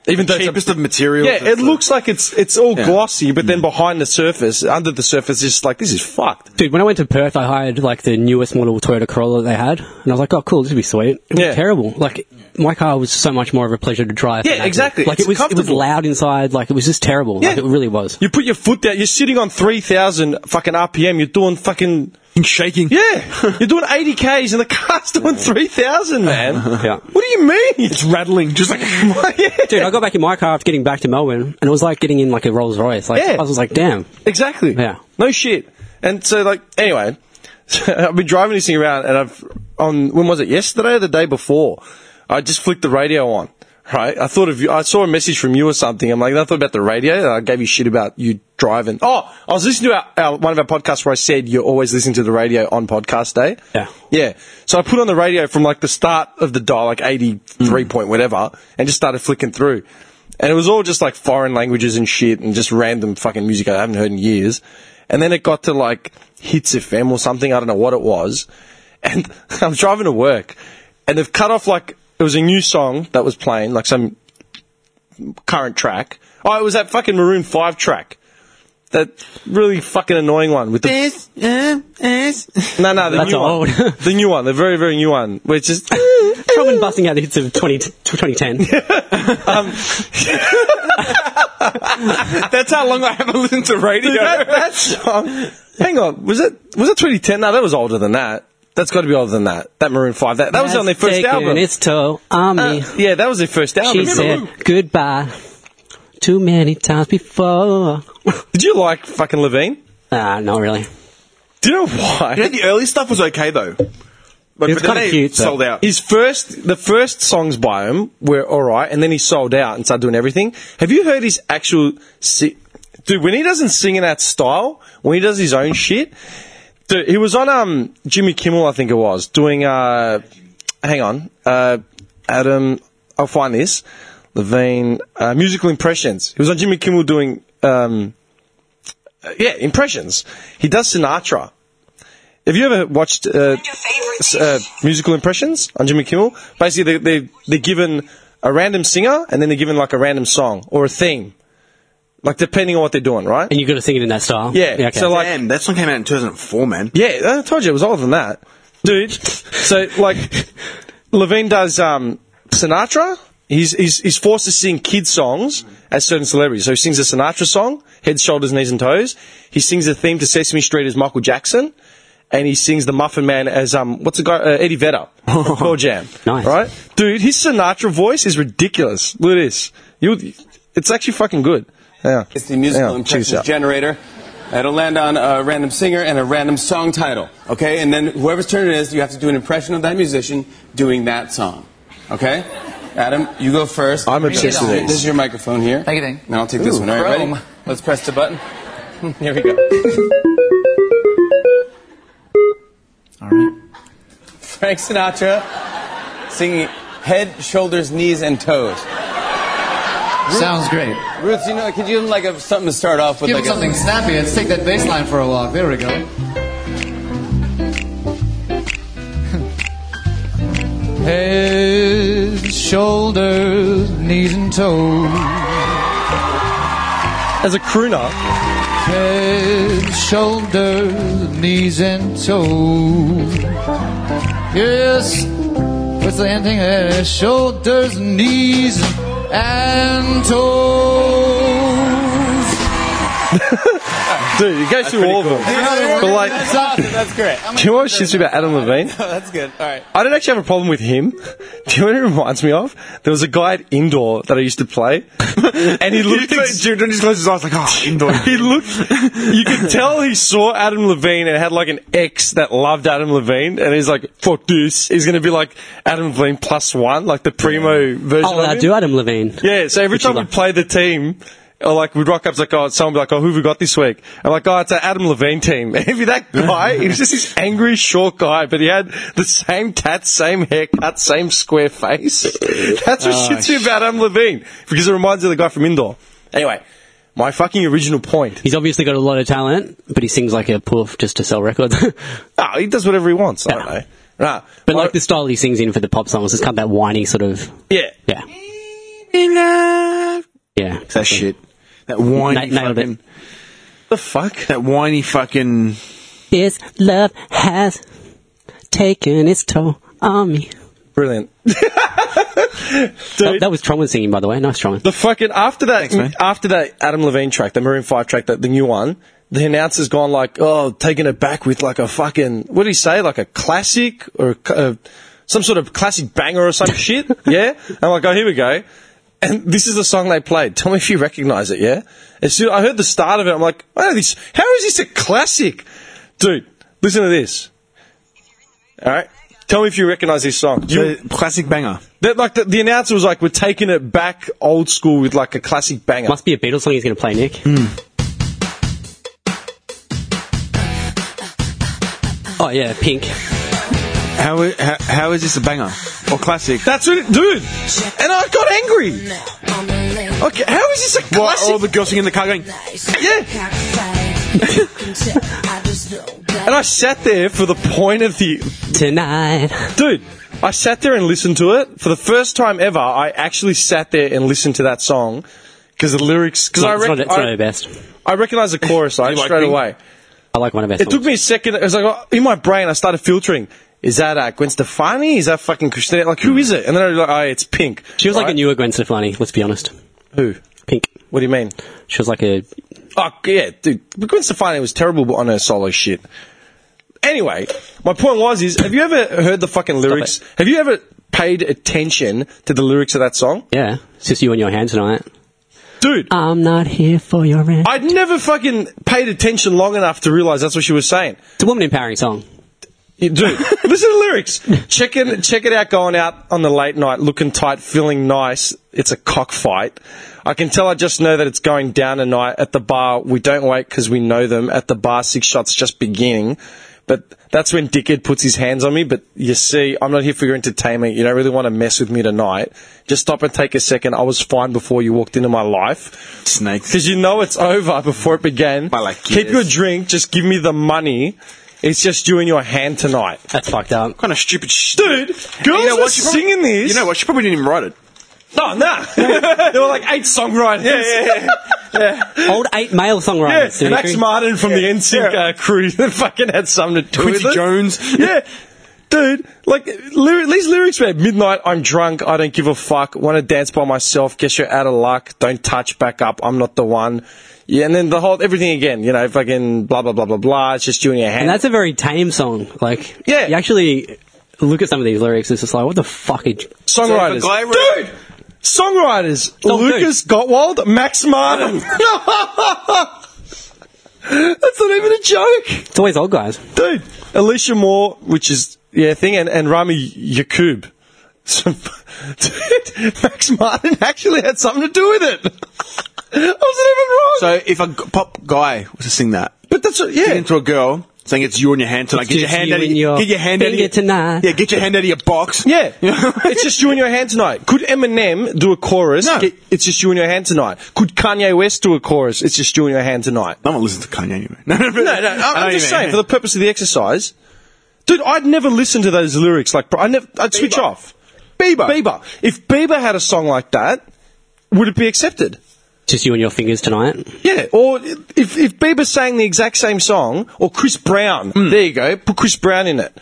Even though it's a- cheapest of materials. Yeah, it It's looks like it's it's all Yeah. Hmm. glossy, but then behind the surface, under the surface, it's just like this is fucked. Dude, when I went to Perth, I hired like the newest model Toyota Corolla they had, and I was like, "Oh, cool, this would be sweet." It Yeah. was terrible. Like my car was so much more of a pleasure to drive. Yeah, than that. exactly. Like It's it was, it was comfortable. loud inside. Like it was just terrible. Like Yeah. it really was. You put your foot down. You're sitting on three thousand fucking RPM. You're doing fucking shaking. yeah. you're doing eighty k's, and the car's doing three thousand, man. Yeah. What do you mean? It's rattling, just like Dude, I got back in my car after getting back to Melbourne, and it was like getting in like a Rolls Royce. Like Yeah. I was like, "Damn." Exactly. Yeah. No shit. And so, like, anyway, I've been driving this thing around, and I've on when was it? Yesterday or the day before? I just flicked the radio on. Right. I thought of you. I saw a message from you or something. I'm like, I thought about the radio. And I gave you shit about you driving. Oh, I was listening to our, our, one of our podcasts where I said you're always listening to the radio on podcast day. Yeah. Yeah. So I put on the radio from like the start of the dial, like Mm. 83 point whatever, and just started flicking through. And it was all just like foreign languages and shit and just random fucking music I haven't heard in years. And then it got to like Hits FM or something. I don't know what it was. And I'm driving to work and they've cut off like, it was a new song that was playing, like some current track. Oh, it was that fucking Maroon 5 track. That really fucking annoying one with the this. uh, this. no, no, the That's new old. one. the new one, the very, very new one, which is From and busting out the hits of 20, 2010. That's how long I haven't listened to radio. that, that song. Hang on, was it was it 2010? No, that was older than that. That's got to be older than that. That Maroon Five. That that was on their first Taken album. Its toll on Uh, me. yeah, that was their first album. she Remember, said goodbye too many times before. did you like fucking Levine? Ah, not really. Do you know why? Yeah, the early stuff was okay though. But, It's but then kinda they cute, sold though. out. His first, the first songs by him were all right, and then he sold out and started doing everything. Have you heard his actual, si- dude? When he doesn't sing in that style, when he does his own shit, dude, he was on um Jimmy Kimmel, I think it was, doing uh, hang on, uh, Adam, I'll find this, Levine, uh, musical impressions. He was on Jimmy Kimmel doing um, uh, yeah, impressions. He does Sinatra. Have you ever watched uh, s- uh, musical impressions on Jimmy Kimmel? Basically, they, they, they're given a random singer and then they're given like a random song or a theme, like depending on what they're doing, right? And you got to sing it in that style. Yeah, okay. so, like- Damn, that song came out in 2004, man. Yeah, I told you it was older than that, dude. so like, Levine does um, Sinatra. He's, he's he's forced to sing kid songs as certain celebrities. So he sings a Sinatra song, Head, Shoulders, Knees and Toes. He sings the theme to Sesame Street as Michael Jackson, and he sings the Muffin Man as um what's the guy uh, Eddie Vedder, from Pearl Jam. Nice. right, dude. His Sinatra voice is ridiculous. Look at this. You, it's actually fucking good. Yeah, It's the musical Yeah, check this impressions out. generator. It'll land on a random singer and a random song title, okay? And then whoever's turn it is, you have to do an impression of that musician doing that song, okay? Adam, you go first. I'm obsessed with This is your microphone here. Thank you, thank you. Now I'll take this Ooh, one. All right, chrome. ready? Let's press the button. here we go. All right. Frank Sinatra singing head, shoulders, knees, and toes. Sounds great. Ruth, you know, could you give him like a, something to start off with? Give like it a- something snappy. Let's take that bass line for a walk. There we go. Head, shoulders, knees and toes. As a crooner, Head, shoulders, knees and toes. Yes. What's the ending? Head, shoulders, knees, and toes. dude, he goes through all of them. But like. That's awesome. That's great. Do you know what shits me about Adam Levine? That's good. All right. I don't actually have a problem with him. Do you know what it reminds me of? There was a guy at indoor that I used to play, and he looked. ex- Dude, when he closed his eyes, like, oh, indoor. he looked. You could tell he saw Adam Levine and had like an ex that loved Adam Levine, and he's like, "Fuck this!" He's going to be like Adam Levine plus one, like the primo version. I'll of allow him. do Oh, Adam Levine. Yeah, so every Which you time we like. play the team, or like we'd rock up, it's like, oh, someone would be like, oh, who have we got this week? I'm like, oh, it's our Adam Levine team. And if you're that guy, he was just this angry, short guy, but he had the same tat, same haircut, same square face. That's what shits me about Adam Levine, because it reminds me of the guy from Indoor. Anyway, my fucking original point. He's obviously got a lot of talent, but he sings like a poof just to sell records. but Oh, he does whatever he wants. I don't know. Nah, my- like the style he sings in for the pop songs is kind of that whiny sort of. yeah. Yeah. That exactly. shit. That whiny Na- nailed it. fucking. The fuck? That whiny fucking. This love has taken its toll on me. Brilliant. That, that was Truman singing, by the way. Nice Truman. The fucking after that, Thanks, man. after that Adam Levine track, the Maroon Five track, that the new one, the announcer's gone like, oh, taking it back with like a fucking, what did he say, like a classic or a, cl- uh, some sort of classic banger or some shit, yeah? I'm like, oh, here we go. And this is the song they played. Tell me if you recognize it, yeah? As soon I heard the start of it, I'm like, wow, this, how is this a classic, dude? Listen to this. All right, tell me if you recognize this song. You- the classic banger. that, like the, the announcer was like, "We're taking it back old school with like a classic banger." Must be a Beatles song he's going to play, Nick. Oh, yeah, Pink. How, i- how, how is this a banger? Or classic? That's what it, dude. And I got angry. Okay, how is this a Why classic? all the girls singing in the car going, Oh, yeah. And I sat there for the point of the Tonight. dude. I sat there and listened to it for the first time ever. I actually sat there and listened to that song because the lyrics. Because It's I, not, it's not, rec- it's not her I, best. I recognize the chorus like, You like straight Pink? away. I like one of her It songs. took me a second. It was like oh, in my brain, I started filtering. Is that uh, Gwen Stefani? Is that fucking Christina? Like, who is it? And then I was like, oh, it's Pink. she was like a Right? newer Gwen Stefani, let's be honest. Who? Pink. What do you mean? She was like a. Oh, yeah, dude. But Gwen Stefani was terrible on her solo shit. Anyway, my point was is, have you ever heard the fucking lyrics? it. Have you ever paid attention to the lyrics of that song? Yeah. It's just you and your hand tonight. Dude, I'm not here for your rent. I'd never fucking paid attention long enough to realize that's what she was saying. It's a woman empowering song. You do. Listen to the lyrics. Check it, check it out going out on the late night, looking tight, feeling nice. It's a cockfight. I can tell I just know that it's going down tonight at the bar. We don't wait because we know them. At the bar, six shots just beginning. But that's when Dickhead puts his hands on me. But you see, I'm not here for your entertainment. You don't really want to mess with me tonight. Just stop and take a second. I was fine before you walked into my life. Snakes. Because you know it's over before it began. By like Keep years. your drink. Just give me the money. It's just you and your hand tonight. That's fucked up. kind of stupid shit. Dude, girls You know were what, she probably- singing this. You know what? She probably didn't even write it. No, no. there were like eight songwriters. Yeah, yeah, Old eight male songwriters. do you Max agree? Martin from the NSYNC uh, crew that fucking had something to do Quincy with it. Jones. Yeah. Dude, like, lyri- these lyrics were midnight, I'm drunk, I don't give a fuck, want to dance by myself, guess you're out of luck, don't touch, back up, I'm not the one. Yeah, and then the whole, everything again, you know, fucking blah, blah, blah, blah, blah, it's just you and your hand. And that's a very tame song. Like, Yeah. you actually look at some of these lyrics, it's just like, what the fuck? Is, Songwriters. So if a guy wrote- dude! Songwriters. Oh, dude. Lucas Gottwald, Max Martin. That's not even a joke. it's always old guys. Dude. Alicia Moore, which is, yeah, thing, and, and Rami Yakub. Some, dude, Max Martin actually had something to do with it. I wasn't even wrong. So if a g- pop guy was to sing that, but that's what, yeah. get into a girl saying it's you and your hand tonight, It's get your just hand you out of and your get your hand out of finger your, tonight. Yeah, get your hand out of your box. Yeah, You know? it's just you and your hand tonight. Could Eminem do a chorus? No. Get- it's just you and your hand tonight. Could Kanye West do a chorus? It's just you and your hand tonight. No one listens to Kanye anyway. No, no, No, no, I'm, I'm just saying for the purpose of the exercise, dude. I'd never listen to those lyrics. Like, bro, I never, I'd switch off. Bieber. Bieber. If Bieber had a song like that, would it be accepted? Just you and your fingers tonight. Yeah. Or if if Bieber sang the exact same song, or Chris Brown. There you go. Put Chris Brown in it.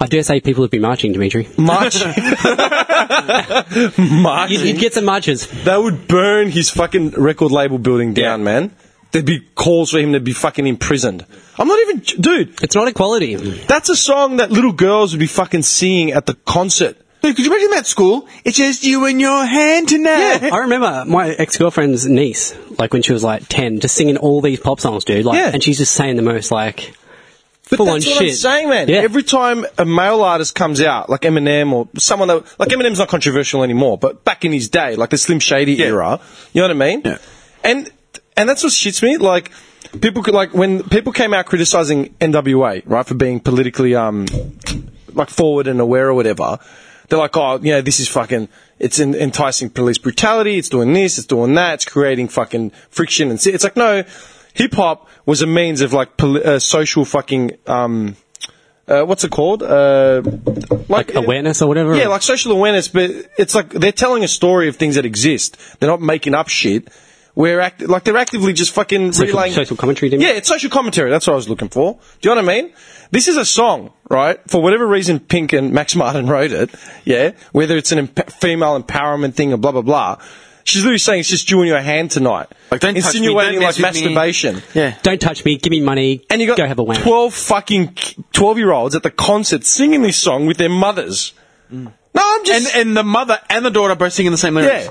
I dare say people would be marching, Dimitri. March. March. You'd, you'd get some marches. They would burn his fucking record label building down, man. There'd be calls for him to be fucking imprisoned. I'm not even, dude. It's not equality. That's a song that little girls would be fucking singing at the concert. Dude, could you imagine them at school? It's just you and your hand tonight. I remember my ex girlfriend's niece, like when she was like 10, just singing all these pop songs, dude. Like, Yeah. And she's just saying the most, like, But full that's on what shit. I'm saying, man. Yeah. Every time a male artist comes out, like Eminem or someone that, like Eminem's not controversial anymore, but back in his day, like the Slim Shady era, you know what I mean? Yeah. And and that's what shits me. Like people, could, like when people came out criticizing NWA, right, for being politically um like forward and aware or whatever. They're like, oh, you know, this is fucking, it's en- enticing police brutality, it's doing this, it's doing that, it's creating fucking friction and si- It's like, no, hip hop was a means of like poli- uh, social fucking, um, uh, what's it called? Uh, Like awareness or whatever? Yeah, like social awareness, but it's like they're telling a story of things that exist. They're not making up shit. We're act- like they're actively just fucking Social- relaying social commentary, do you mean? Yeah, it's social commentary. That's what I was looking for. Do you know what I mean? This is a song, right? For whatever reason, Pink and Max Martin wrote it. Yeah, whether it's an emp- female empowerment thing or blah blah blah. She's literally saying it's just you and your hand tonight, Like, don't touch me, insinuating don't like message me. masturbation. Yeah. Don't touch me. Give me money. And you got go have a wank. 12 fucking 12 year olds at the concert singing this song with their mothers. Mm. No, I'm And just. and the mother and the daughter both singing the same lyrics.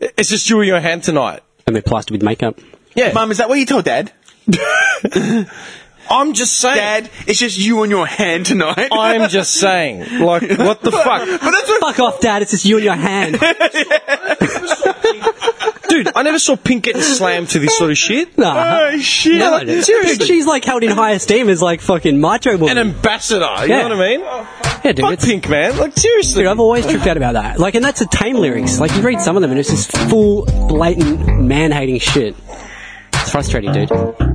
yeah. It's just you and your hand tonight. and they're plastered with makeup. Yeah. Mum, is that what you told Dad? I'm just saying. Dad, it's just you and your hand tonight. I'm just saying. Like, what the fuck? But that's what Fuck off, Dad. It's just you and your hand. Dude, I never saw Pink getting slammed to this sort of shit. Nah. Oh, shit. No, like, seriously. she's like held in high esteem as like fucking macho woman. an ambassador. You Yeah. know what I mean? yeah, dude, Fuck it's- Pink, man. Like, seriously. Dude, I've always tripped out about that. Like, and that's a tame lyrics. Like, you read some of them and it's just full, blatant, man hating shit. It's frustrating, dude.